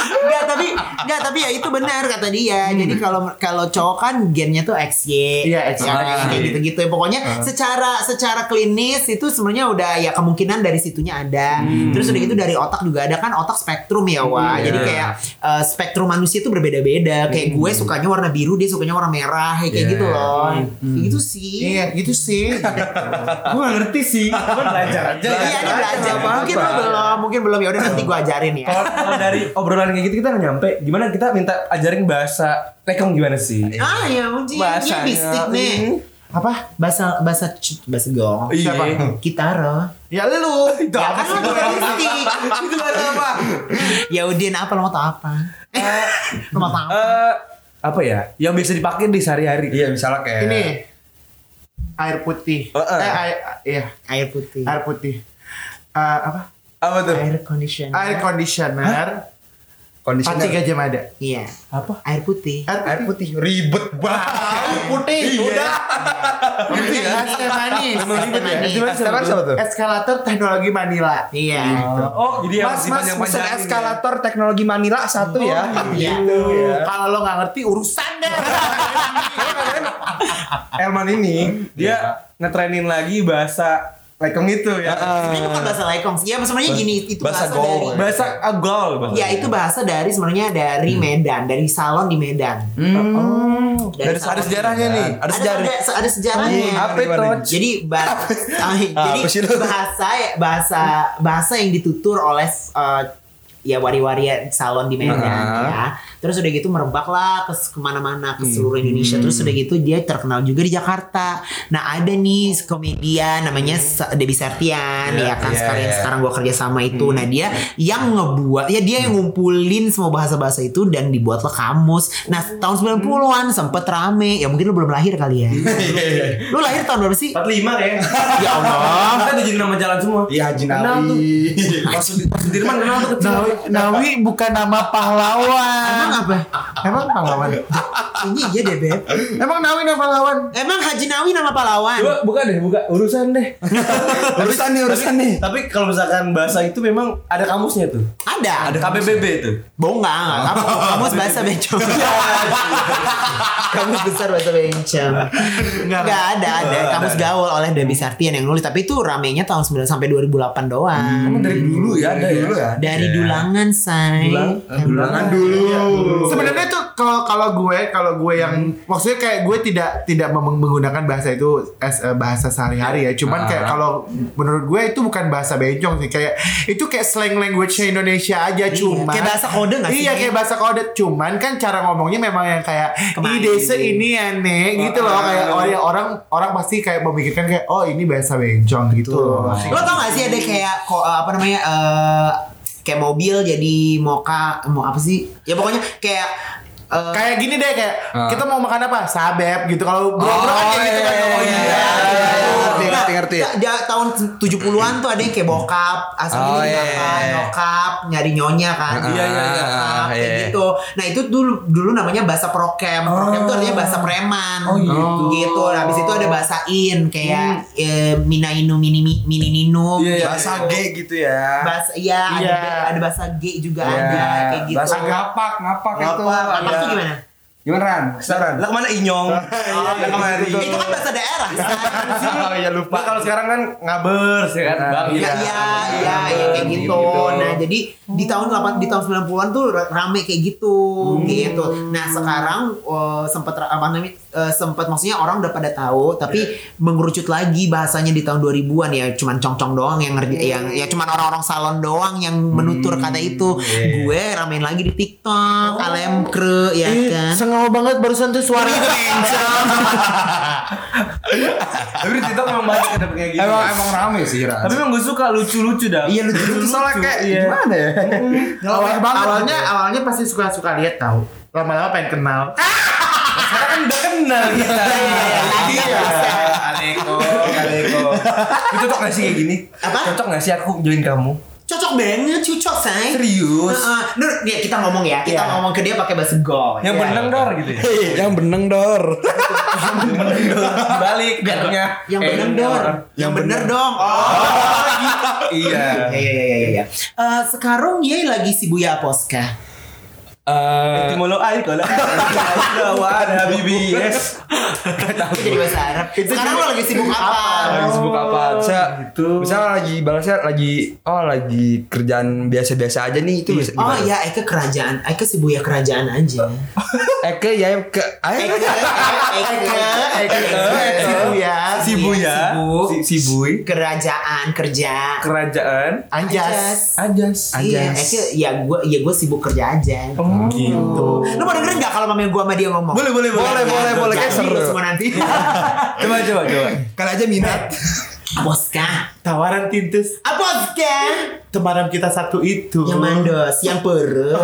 F: Enggak tapi enggak tapi ya itu benar kata dia. Jadi kalau kalau cowok kan gennya tuh XY.
G: Hmm. Iya, XY.
F: Kan, kayak gitu-gitu. Ya, Pokoknya secara secara klinis itu sebenarnya udah ya kemungkinan dari situnya ada.
G: Hmm.
F: Terus udah gitu dari otak juga ada kan otak spektrum ya wah. Jadi
G: iya.
F: kayak eh, spektrum manusia itu berbeda-beda. Kayak
G: Hmm.
F: gue sukanya warna biru, dia sukanya warna merah ya kayak gitu loh. Kayak gitu sih.
G: Iya, gitu sih.
D: Gue gak ngerti sih. Gue belajar aja.
F: Iya, ini belajar. Mungkin lo belum, mungkin belum ya udah nanti gue ajarin ya.
D: Kalau kalau dari obrolan kayak gitu kita nggak nyampe. Gimana kita minta ajarin bahasa Tekem gimana sih?
F: Ah ya mungkin ini
D: Bahasanya,
F: bistik nih.
D: ini.
F: Apa bahasa bahasa c- bahasa gong?
D: Iya.
F: Kita roh.
G: ya lu.
F: Ya kan lo bukan bistik. Itu bahasa apa? Ya Udin apa lo mau tau apa? Eh, lo mau tau apa?
D: Eh, apa ya? Yang biasa dipakai di sehari-hari.
C: Iya, misalnya kayak
G: Ini air putih.
D: Heeh.
G: Eh, air, iya,
F: Air putih.
G: air putih. Eh, apa?
D: Apa tuh?
F: Air conditioner.
G: Air conditioner.
C: kondisioner.
G: Pakai gajah mada.
F: Iya.
D: Apa?
F: Air putih.
C: Air putih ribet banget.
G: putih udah
F: Putih ya?
G: es teh manis
F: Emang
G: Es teh
F: ribet ya?
G: manis.
D: Gimana sih? Siapa tuh?
G: eskalator teknologi Manila
F: Iya.
D: Oh, jadi yang
C: Mas, mas, pesen
D: dipanjang-panjangin ya. Oh.
C: eskalator teknologi Manila satu ya.
F: Iya.
G: kalau lo nggak ngerti urusan deh
D: ya. Elman ini iya. dia ngetrainin lagi bahasa Lekeng itu ya.
F: Ini bukan bahasa lekong. sih. Ya sebenarnya gini itu
C: bahasa
F: bahasa,
C: Gong.
F: dari.
D: bahasa agol
C: Oh,
D: bahasa.
F: Ya
C: iya.
F: itu bahasa dari sebenarnya dari
C: Hmm.
F: Medan, dari salon di Medan. Oh,
C: Dari ada
F: salon di
C: sejarahnya nih. Hmm. Ada
F: ada
C: sejarah. Hmm,
F: ada, ada sejarahnya
C: Apa itu?
F: jadi bah- Ah, jadi
C: Apa sih lu?
F: bahasa ya, bahasa bahasa yang ditutur oleh eh, ya wari-wari salon di Medan ya terus udah gitu merebak lah ke kemana-mana
C: Hmm.
F: ke seluruh Indonesia terus udah gitu dia terkenal juga di Jakarta nah ada nih komedian
C: Hmm.
F: namanya Sa- Debbie Sertian ya kan
C: iya,
F: sekarang
C: iya. Hmm.
F: sekarang gua kerja sama itu nah dia yang ngebuat ya dia yang ngumpulin semua bahasa-bahasa itu dan dibuatlah kamus nah tahun 90-an sempet rame ya mungkin lu belum lahir kali ya
C: Hmm. (laughs) Iya, iya.
F: Lu lahir tahun berapa sih?
D: 45 ya.
F: ya Allah.
D: Kita udah jadi nama jalan semua.
C: Iya, Haji Nawawi.
D: Pas pas Sudirman kenal tuh kecil.
G: Nawi, Nawi bukan nama pahlawan
F: Emang Nah, apa?
G: emang pahlawan
F: Ini iya deh Beb.
G: emang Nawi nama pahlawan
F: Emang Haji Nawi nama pahlawan?
D: Coba buka deh, buka urusan deh.
C: (laughs) Urusan nih, urusan nih.
D: Tapi kalau misalkan bahasa itu memang ada kamusnya tuh.
F: Ada.
D: Ada KBBB tuh.
F: Bohong nggak? nggak. Kamu
C: Oh.
F: kamus bahasa
C: (laughs)
F: bencong.
C: Iya,
F: kamus besar bahasa bencong. Enggak ada, ada. Kamus gaul oleh Debbie Sartian yang nulis. Tapi itu ramenya tahun 9 sampai 2008 doang.
C: Emang dari dulu ya, ada ya.
F: Dari dulangan, say.
C: Dulangan dulu.
F: Iya,
G: sebenarnya tuh kalau kalau gue kalau gue yang
F: Hmm.
G: maksudnya kayak gue tidak tidak mem- menggunakan bahasa itu as a bahasa sehari-hari ya
F: Ah.
G: cuman kayak kalau menurut gue itu bukan bahasa bencong sih kayak itu kayak slang language-nya Indonesia aja cuman
F: Iya, Kayak bahasa kode nggak sih?
G: iya kayak bahasa kode cuman kan cara ngomongnya memang yang kayak
F: Kemayu.
G: ini desa ini ya Nek," gitu
F: Ah.
G: loh kayak orang orang orang pasti kayak memikirkan kayak oh ini bahasa bencong gitu loh
F: Lo tau gak sih ada kayak ko- apa namanya eh, kayak mobil jadi moka mau apa sih? Ya pokoknya kayak eh,
G: kayak gini deh kayak kita mau makan apa sabep gitu kalau bro-bro kan kayak gitu kan oh iya, Oh,
C: Ngerti, ngerti, ngerti.
F: Nah, da- tahun 70-an tuh ada yang kayak bokap, asal
C: Oh,
F: ini
C: iya,
F: nyokap,
C: iya.
F: nyokap, nyari nyonya kan.
C: Iya, iya, iya.
F: Nyokap, kayak
C: Iya.
F: gitu. Nah, itu dulu dulu namanya bahasa prokem. Prokem tuh artinya bahasa preman. Oh,
C: iya.
F: gitu. Gitu. Nah, habis itu ada bahasa in kayak
C: Hmm.
F: eh, mina inu mini mi- mini ninu.
C: Bahasa G gitu ya.
F: Bahasa iya,
G: Iya.
F: ada ada bahasa G juga
C: Iya.
F: ada kayak gitu.
C: Bahasa ngapak, ngapak itu.
F: Apa
C: Iya.
F: tuh gimana?
C: Gimana Ran? Kesaran?
D: Lah kemana Inyong? Oh, lah kemari.
F: Itu kan bahasa daerah. kan?
C: Oh ya
G: iya,
C: lupa.
D: Nah, kalau sekarang kan ngabers ya kan. Bang,
F: Iya,
D: Iya.
F: iya, iya, iya kayak gitu. Nah, jadi di tahun 8 di tahun 90-an tuh rame kayak gitu, gitu. Nah, sekarang eh, sempet ra- apa namanya? eh, sempet maksudnya orang udah pada tahu, tapi mengerucut lagi bahasanya di tahun 2000-an ya cuman congcong doang yang ngerti yang ya cuman orang-orang salon doang yang menutur kata itu. Gue ramein lagi di TikTok TikTok, Alem Kru, ya
G: Ih,
F: kan.
G: sengau banget barusan tuh suara
D: Tapi di TikTok memang banyak ada kayak gitu.
C: Emang emang rame sih Ra.
D: Tapi emang gue suka lucu-lucu dah.
F: Iya lucu.
C: soalnya kayak
D: iya.
C: gimana ya?
G: Awal, awalnya awalnya pasti suka suka lihat tahu. Lama-lama pengen kenal.
D: Karena kan udah kenal kita. Iya. Aleko, Aleko. Oh, Lu cocok gak sih kayak gini?
F: Apa?
D: Cocok gak sih aku join kamu?
F: Cocok banget, cocok say.
D: Serius?
F: Heeh. Nur, ya kita ngomong ya, kita
G: Iya.
F: ngomong ke dia pakai bahasa goy.
D: Yang
F: Ya.
D: benang dor gitu ya.
B: yang benang
D: (laughs)
B: dor.
D: Balik jatuhnya.
F: Yang
D: Eh,
F: bener dong. Yang bener dong. Oh.
D: Iya.
F: Ya ya ya ya ya. Eh, sekarang Yei lagi sibuk ya Poska.
D: Timolo ai kalau lawan Habibi. Yes.
F: Jadi bahasa Arab. Sekarang lo lagi sibuk apa?
D: Lagi sibuk apa?
C: Bisa, misalnya lagi balasnya lagi oh lagi kerjaan biasa-biasa aja nih itu bisa
F: Oh
C: dibalas.
F: ya, Eke kerajaan, Eke sibuk ya kerajaan aja. (laughs)
C: Eke ya ke
D: Eh,
C: ayo
F: Eke, Eke, Eke, Eke,
G: Iya.
C: ya.
D: Sibuya,
F: ya. Sibuk.
D: Si- Sibui,
F: kerajaan kerja.
D: kerajaan,
G: Anjas.
D: Ajas.
F: Iya,
C: Anjas.
F: Eke ya gue ya gue sibuk kerja aja.
D: Gitu.
F: Lu mau dengerin gak kalau mami gue sama dia ngomong?
D: Boleh, boleh, boleh.
C: Boleh, boleh, boleh. Kayak
F: Jadi
C: seru.
F: lu semua (laughs) nanti.
D: Coba coba coba.
C: kali aja minat.
F: Boska.
G: Tawaran tintes
F: Boska.
G: teman kita satu itu.
F: Yang mandos, yang perut.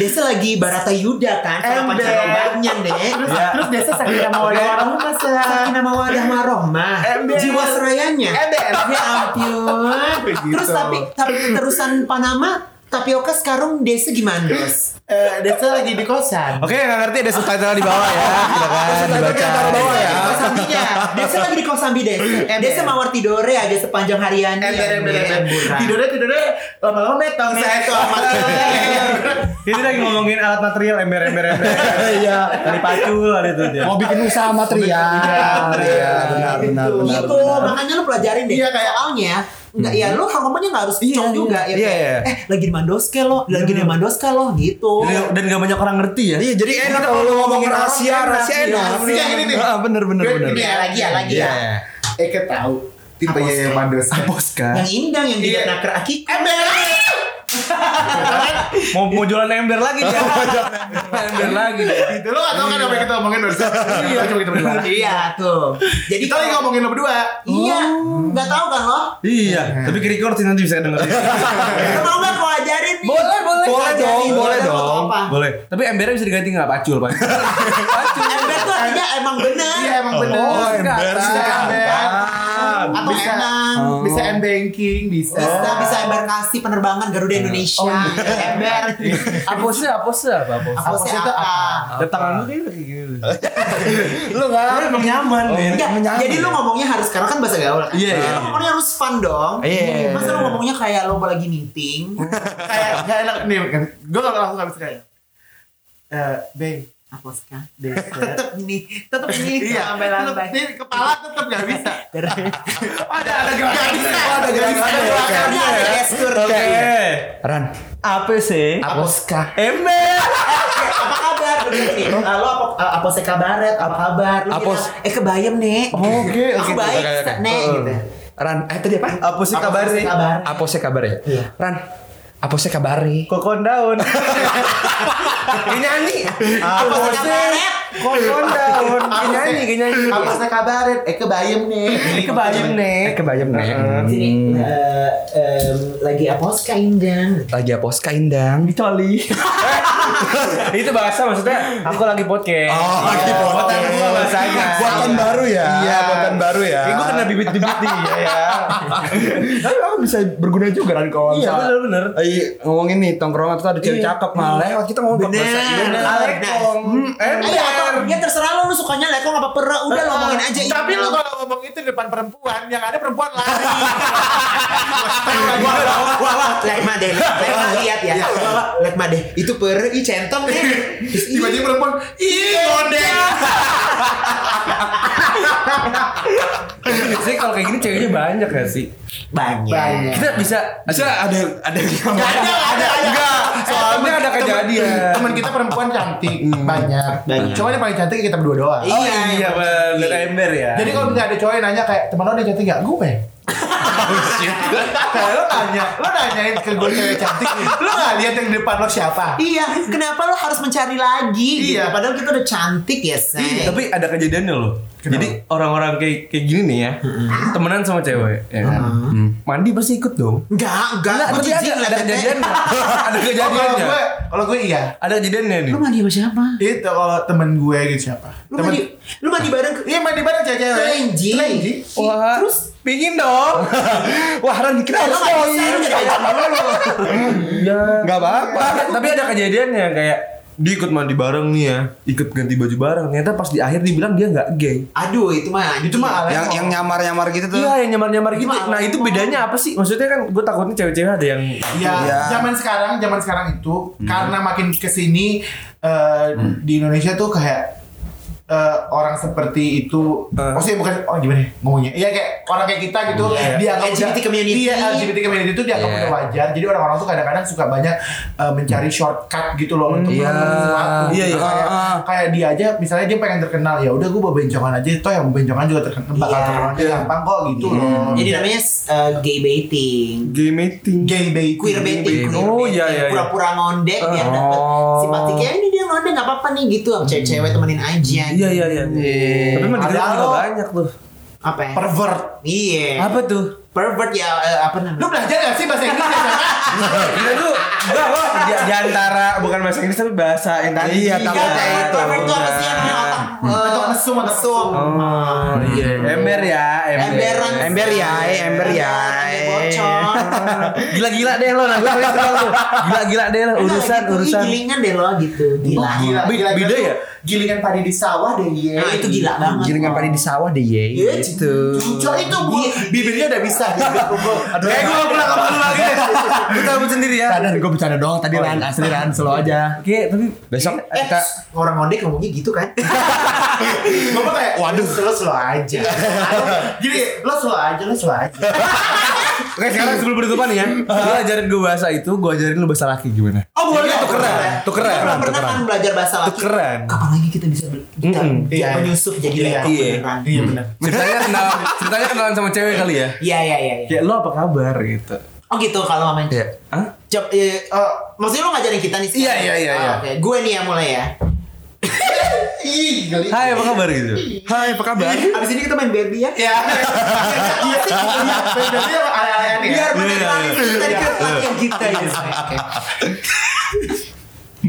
F: Desa lagi Barata Yuda kan, sarapan
G: Ah, Ember.
F: sarobaknya deh.
G: Terus terus biasa sakit sama orang orang masa.
F: Sakinah mawadah warohmah
G: eh. Ember.
F: Jiwa serayanya Ya ampun
G: Begitu.
F: Terus tapi tapi terusan Panama Tapioka sekarang desa gimana dos?
G: Eh, Desa lagi di kosan.
A: Oke, nggak ngerti ada subtitle di bawah ya. Silakan dibaca.
F: Desa lagi di
G: ya?
F: Kosambinya Desa lagi di Kosambi desa Desa mawar tidore aja sepanjang hariannya
G: Ember, ember,
F: Ember,
G: ember.
F: emburan.
G: Tidurnya tidurnya lama-lama metong.
C: Eh,
D: Kita lagi ngomongin alat material ember ember ember.
B: Iya.
D: Dari pacul ada itu dia.
B: Mau bikin usaha
G: Iya,
B: material. Iya, benar benar benar.
F: gitu makanya lu pelajarin deh
G: Iya, kayak-
F: soalnya Enggak, ya lu harapannya nggak harus dicong juga ya.
C: Iya,
F: kayak,
C: iya.
F: Eh, lagi di Mandoske lo, lagi di Mandoska lo gitu.
D: Dan- Dan gak banyak orang ngerti ya.
C: Iya, jadi enak kalau lu ngomongin rahasia,
G: kan
C: rahasia enak.
G: Rahasia gini nih.
C: Ah, bener bener
G: Gini,
C: bener.
G: gini.
F: Ya, lagi ya, lagi
C: Iya.
F: ya.
G: Eke tahu tipenya yang mandos.
F: Yang indang yang tidak
G: Iya.
F: naker akik.
D: Mau mau jualan ember lagi dia. Ember lagi dia.
G: Itu lo gak tau kan apa yang kita omongin dari Iya, cuma kita berdua.
F: Iya tuh. Jadi
G: Kita lagi
F: kalau-
G: ngomongin lo berdua.
F: Iya, nggak tahu kan lo?
D: Iya. Tapi ke record sih nanti bisa dengerin.
F: Lo mau nggak kau ajarin nih?
D: (laughs) boleh.
C: Boleh dong, boleh
F: Ada foto
C: dong.
F: apa?
D: Boleh. Tapi embernya bisa diganti nggak pacul (laughs) pak?
F: Ember tuh artinya emang benar.
G: Iya emang bener.
C: ember.
G: Bisa ember.
F: Atau
G: Bisa. Oh.
F: emang.
C: Oh.
G: Bisa m banking, bisa.
F: Bisa, bisa ember kasih penerbangan Garuda Indonesia.
G: iya.
F: Ember.
D: Apa sih? Apa sih? Apa sih?
F: Apa sih apa?
D: Tangan lu kayak
F: (laughs)
D: gini.
C: Lu enggak
D: Emang nyaman. men.
F: Enggak,
C: Menyambung.
F: jadi lu ngomongnya harus karena kan bahasa gaul kan.
D: Iya, iya.
F: Lu ngomongnya harus fun dong.
C: Iya.
F: Masa lu ngomongnya kayak lu lagi meeting.
D: Oh.
G: Kayak gak enak nih. Gue kalau langsung gak bisa kayak. Eh, Bang.
F: Apa sih kan?
G: Desa.
F: Tetep ini, tetep ini.
G: Iya,
F: lambai-lambai.
G: tetep- ini kepala tetep gak bisa. Ada ada
F: Gak
G: gerakan.
F: bisa.
G: Ada gerakan.
F: Ada gerakannya, ada gestur.
D: Eh,
C: Ran.
D: apa sih?
F: Aposka.
D: Ember.
F: Apa kabar? Lu bilang gini, "Ah, Lu apa ah, apose kabaret? Apa kabar? Lu
C: Apos.
F: bilang, eh kebayam, Nek.
G: Oke,
F: Aku baik, Nek gitu.
C: Ran, eh tadi apa?
D: Apa sih kabarnya?
F: Kabar.
C: Apa sih kabarnya?
G: Iya.
C: Ran. Apa sih kabarnya?
D: Kokon
F: (laughs)
D: daun.
C: Ini nyanyi.
F: Apa sih kabaret?
D: Kokon daun. Nyanyi, nyanyi.
G: Apa saya kabarin? Eh kebayang nih.
D: Kebayang nih.
C: Eh kebayang nih.
F: Sini, eh, em, lagi aposka indang.
C: Lagi ya, apa sih indang?
D: Coli. itu bahasa maksudnya aku lagi podcast.
C: Oh, lagi podcast.
D: Buatan gua bahasanya.
C: Buatan baru ya. Iya, buatan baru ya.
D: Ini Eh, gua kena bibit-bibit nih ya. ya.
C: (laughs) Tapi aku bisa berguna juga kan kalau
D: Iya,
C: misalnya-
D: bener-bener.
C: Iya, ngomongin nih tongkrongan tuh ada cewek cakep malah Iya. lewat kita ngomong
F: Bener.
C: Indonesia.
F: Bener.
C: Lekong.
F: Ayo, apa? Ya terserah lo, lu sukanya lekong apa pera, udah lo ngomongin aja. Iya.
G: Tapi
F: itu.
G: lu kalau ngomong itu di depan perempuan, yang ada perempuan lari.
F: Wah, wah, wah, wah, lekma deh, lekma lihat ya, wah, wah, lekma deh, itu pere, i centong deh,
G: Tiba-tiba perempuan, ih model.
D: Sih kalau kayak gini ceweknya banyak gak sih?
F: banyak. Iya.
D: Kita bisa
C: Masa ada ada yang
G: Ada, ada, ada.
D: soalnya ada kejadian.
G: eh, Temen kita perempuan cantik banyak.
F: Banyak.
G: Cuma yang paling cantik kita berdua doang.
D: Oh iya bener ember ya.
G: Jadi kalau misalnya ada cowok yang nanya kayak teman lo ada yang cantik gak? Gue. Kayak lo nanya, lo nanyain ke gue cewek cantik nih. Lo gak lihat yang depan lo siapa?
F: Iya, kenapa lo harus mencari lagi?
G: Iya.
F: Gitu. Padahal kita udah cantik ya, say.
D: Ih, Iya. tapi ada kejadiannya loh. Jadi orang-orang kayak kayak gini nih ya, temenan sama cewek, ya kan? Mandi pasti ikut dong.
F: enggak, enggak.
D: Nah,
F: Gue
D: tapi ada,
F: jijik
D: ada
F: ngeliatnya.
D: kejadiannya. (laughs) ada
G: Oh, kalau
D: kejadiannya.
G: gue, kalau gue iya.
D: Ada kejadiannya nih.
F: Lo mandi sama siapa?
G: Itu kalau temen gue gitu siapa?
F: Lo mandi,
G: Temen
F: lo mandi bareng ke
G: Iya mandi bareng cewek-cewek.
F: Telenji.
G: Telenji.
D: Wah,
F: Terus
D: pingin (laughs) dong. Wah, Ran kita
F: lo
D: harus
F: nggak bisa, lo nggak bisa.
D: Gak apa-apa. Tapi ada kejadiannya kayak dia ikut mandi bareng nih ya, ikut ganti baju bareng. Ternyata pas di akhir dibilang dia nggak gay.
F: Aduh, itu mah.
G: Itu mah alay.
C: yang yang nyamar-nyamar gitu tuh.
D: Iya, yang nyamar-nyamar gitu.
F: Cuma
D: Nah, itu
F: alay.
D: bedanya apa sih? Maksudnya kan gue takutnya cewek-cewek ada yang
G: Ya,
C: Iya.
G: zaman sekarang, zaman sekarang itu
D: Mhm.
G: karena makin kesini eh, di Indonesia tuh kayak eh, orang seperti itu,
D: Eh. Iya,
G: maksudnya bukan oh gimana ya ngomongnya? Iya kayak orang kayak kita gitu, dia
F: LGBT community.
G: Iya, LGBT community itu dianggap udah wajar. Jadi orang-orang tuh kadang-kadang suka banyak eh, mencari shortcut gitu loh untuk
C: Iya.
G: menemukan sesuatu.
D: Iya, iya.
G: Kayak, kayak dia aja, misalnya dia pengen terkenal, ya udah gue bawa bencongan aja, toh yang bencongan juga terkenal, bakal
F: Iya.
G: terkenal aja gampang kok gitu
D: Iya.
G: loh.
F: Jadi namanya eh, gay baiting.
D: gay mating.
G: Gay baiting.
F: queer baiting, queer
D: Oh,
F: baiting.
D: iya, iya, iya.
F: pura-pura ngondek biar
D: Oh.
F: dapet simpati kayak ini dia ngondek nggak apa-apa nih gitu sama cewek-cewek temenin aja
D: Iya, iya, iya. Tapi mandi bareng
G: Ada
D: juga
G: lo.
D: banyak tuh.
F: apa ya?
G: Pervert.
F: iya
D: Apa tuh?
F: pervert ya eh, apa namanya
G: Lu belajar gak sih bahasa Inggris ya? Sarah?
D: Kita tuh enggak wah di, di antara bukan bahasa Inggris tapi bahasa yang tadi.
C: Iya,
D: Iya.
C: takutnya
F: Pervert-
C: itu. Nah.
F: pervert tuh apa sih yang namanya otak
D: Hmm.
F: eh,
G: Otak mesum, otak mesum. Nah,
D: Oh, iya. Ember ya, ember. ya,
F: emberan
C: Ember yai, ember yai.
F: Ember bocor
D: Gila-gila deh lo nah, nanti lo install tuh. Nah, Gila-gila deh lo (laughs) urusan
F: Enggak, gitu,
D: urusan.
F: ih, gilingan deh lo gitu gila
G: Gila,
D: Be-
G: gila,
D: beda
G: gila.
D: ya?
G: Gilingan padi di sawah deh, iya. ye.
F: Nah, itu gila
D: Iya,
F: banget Iya,
C: Giling apa di sawah deh ye. Gitu.
G: Cucok itu bu,
D: Iya,
G: bibirnya udah bisa. Bibir kumpul.
C: Kayak gue pulang ke lu lagi
D: (laughs)
C: deh. Lu tahu sendiri ya. Sadar gue bercanda doang tadi Ran, asli Ran selalu aja.
D: Oke, tapi
C: Besok
F: Eh,
C: kita
F: orang ngondek ngomongnya gitu kan
G: Bapak kayak,
C: Waduh.
G: Lo slow aja. Gini, lo slow aja, lo slow aja.
D: Oke sekarang sebelum penutupan nih ya Lu ajarin gue bahasa itu Gue ajarin lu bahasa laki gimana
G: Oh boleh.
D: Iya, tukeran, tukeran,
F: Kita belum pernah kan belajar bahasa laki
D: Tukeran.
F: kapan lagi kita bisa ber- kita
D: Mm-mm.
F: bisa
G: Iya, iya.
F: menyusup jadi
G: Iya,
F: laptop kan?
D: iya.
F: beneran.
G: Iya benar.
D: Ceritanya kenalan Ceritanya kenalan sama cewek kali ya
F: Iya iya iya. iya.
D: Kayak lo apa kabar gitu
F: Oh gitu kalau mamanya.
C: Iya.
D: Hah?
F: Jawab, eh, eh, maksudnya lo ngajarin kita nih sekarang?
D: Iya, iya, iya,
F: Ah,
D: iya.
F: Oke, gue nih yang mulai
D: (laughs)
F: ya.
D: Hai apa kabar gitu Hai apa kabar
F: Abis ini kita main Barbie (laughs) ya.
G: Iya. Iya. Jadi yang ala-ala nih.
F: Biar
D: Iya, iya, iya.
F: menarik ya? kita kita latihan kita ya. Oke.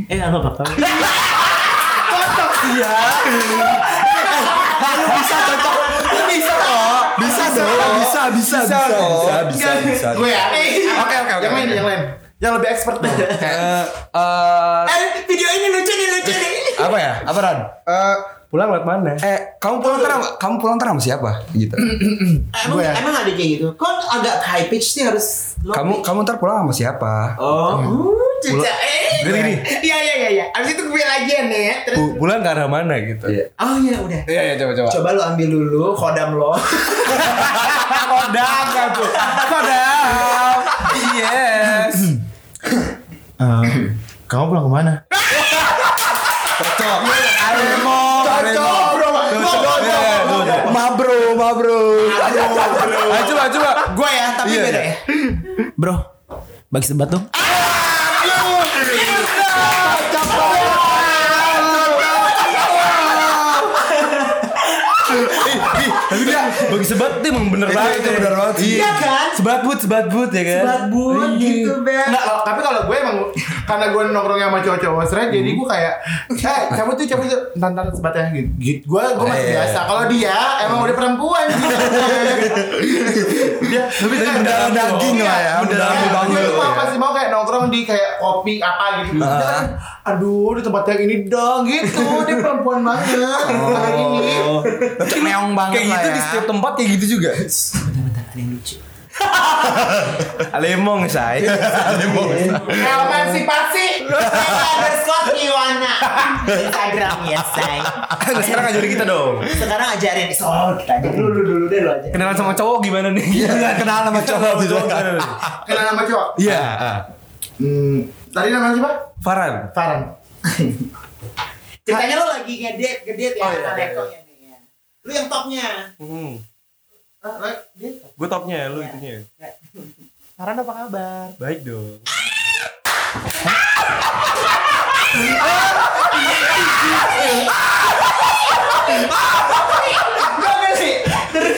F: Eh, apa apa?
C: bisa kok. Bisa dong. Bisa
D: Oh,
C: bisa bisa. Bisa bisa bisa.
G: Gue ya.
C: Oke, oke, oke,
G: Yang lain,
C: oke.
G: yang lain. Yang lebih expert dong.
C: Eh, eh,
F: Eh, video ini lucu nih,
D: Eh,
F: lucu nih.
C: apa ya? Apa Ran? Eh,
D: Pulang lewat mana
C: eh kamu pulang terang kamu pulang terang sama siapa gitu
F: Emang
D: ya.
F: emang ada kayak gitu. Kok agak high pitch sih harus low
C: kamu
F: pitch?
C: kamu ntar pulang sama siapa
F: Oh, uh, cuca. Eh.
D: Gini, gini.
F: Iya, iya, iya, iya. Abis itu gue lagi ya, Nek. Terus
D: Pu- Pulang ke arah mana gitu
C: Iya.
F: Oh iya udah.
D: Iya iya coba coba
F: Coba lu ambil dulu kodam lo.
D: Kodam kan tuh Kodam Yes
G: Kamu pulang kemana?
C: cocok Aremo
G: Cocok bro.
C: Aremo. mabro mabro
D: Ayo coba coba
F: Gue ya, tapi
C: Iya,
F: beda
C: iya.
F: ya. Bro, bagi sebat dong.
D: Tapi dia bagi sebat tuh emang bener banget
C: itu bener banget sih.
F: (laughs)
D: Iya
F: kan?
D: Sebat but sebat but ya kan
F: Sebat bun gitu, Bang.
G: Nggak, kalau- tapi kalau gue emang karena gue nongkrongnya sama cowok-cowok seret jadi gue kayak eh cabut tuh cabut tuh tantan sebatnya gitu. gitu. Gue gue masih
C: Eh.
G: biasa. Kalau dia emang udah perempuan. gitu. dia
C: Tapi tadi mendalam daging lah ya, mendalam
G: Mendalam
C: banget.
G: daging. Gue masih mau kayak nongkrong di kayak kopi apa gitu. Dia kan, Aduh, di tempat yang ini dong gitu. Dia perempuan banget. Hari ini.
C: meong
D: Kayak
C: banget
D: gitu
C: lah
D: di
C: ya.
D: setiap tempat kayak gitu juga
F: Bentar, bentar, ada yang
D: (laughs)
F: lucu.
D: Alemong say
F: Emansipasi. Underscore Iwana. Instagram ya, say.
D: Sekarang ajarin kita dong
F: Sekarang ajarin. Soal kita ajarin. Lu, lu, lu, lu deh lu aja.
D: kenalan sama cowok gimana nih? Iya,
C: kenal sama cowok gitu kan.
G: Kenal nama cowok.
C: Iya.
G: Hmm, tadi namanya siapa?
D: Farhan.
G: Farhan.
D: iya, Hmm.
F: Ceritanya lu lagi ngedate, ngedate ya. Oh, ya, ya. Lu yang topnya.
G: Ah, like, dia
D: Gue topnya, lu itunya.
G: Saran apa kabar?
D: Baik dong.
F: Enggak
D: (laughs)
F: sih. Terus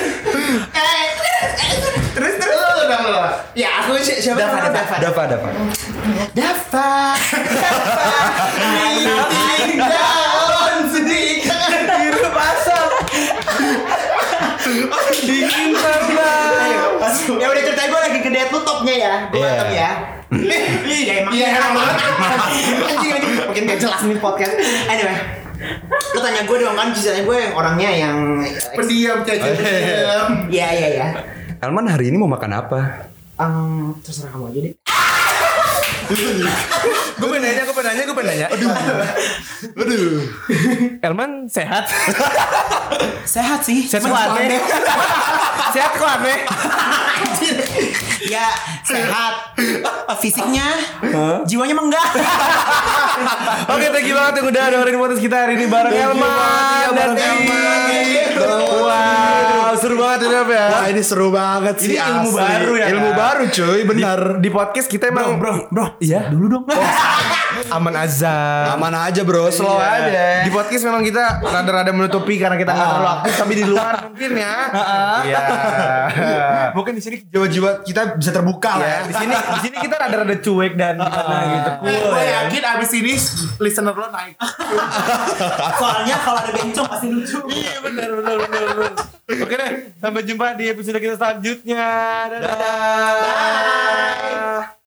F: eh, terus terus
G: Eh, Lu udah ngelah.
F: ya aku si- siapa
G: Dafa,
F: namanya?
G: Dafa.
C: Ada apa, ada apa?
F: Dafa. Dafa. Daun sedikit biru pasang.
D: Dingin karena.
F: Ayo, masuk. Ya udah cerita gue lagi ke Deadpool topnya ya. Gue
C: Iya.
F: yeah. ya. Iya emang. Iya emang. Anjing anjing makin gak jelas nih podcast. Anyway. Lo tanya gue dong kan ceritanya gue yang orangnya yang
G: Pendiam, caca. pendiam.
F: Iya iya iya.
C: Elman hari ini mau makan apa?
F: Em, terserah kamu aja deh.
D: Gue pengen nanya, gue pengen nanya, gue pengen nanya. Aduh. (laughs) Aduh. Elman sehat?
F: Sehat sih.
D: Sehat kuatnya. (laughs) sehat kuatnya.
F: ya sehat fisiknya jiwanya mah enggak
D: Oke, thank you banget yang udah dengerin podcast kita hari ini bareng Elman dan iya, Elman. Wow, seru banget ini apa ya?
H: Wah, ini seru banget sih.
D: Ini ilmu
H: asli.
D: baru ya,
H: Ilmu
D: kan?
H: baru cuy, benar.
D: Di podcast kita emang bro, bro, iya dulu dong. Aman azam.
H: Aman aja bro, slow
C: "Ah,
H: aja.
C: é,
D: Di podcast memang kita rada-rada menutupi karena kita nggak terlalu aktif tapi di luar mungkin ya. Iya. (laughs)
H: Mungkin di sini jiwa-jiwa kita bisa terbuka lah
D: Ya,
H: ya.
D: di sini di sini kita rada-rada cuek dan gimana gitu.
G: Eh, Gue yakin abis ini listener lo naik.
F: soalnya kalau ada bencong pasti lucu
D: Iya benar benar benar benar. Oke deh, sampai jumpa di episode kita selanjutnya. Dadah. Bye.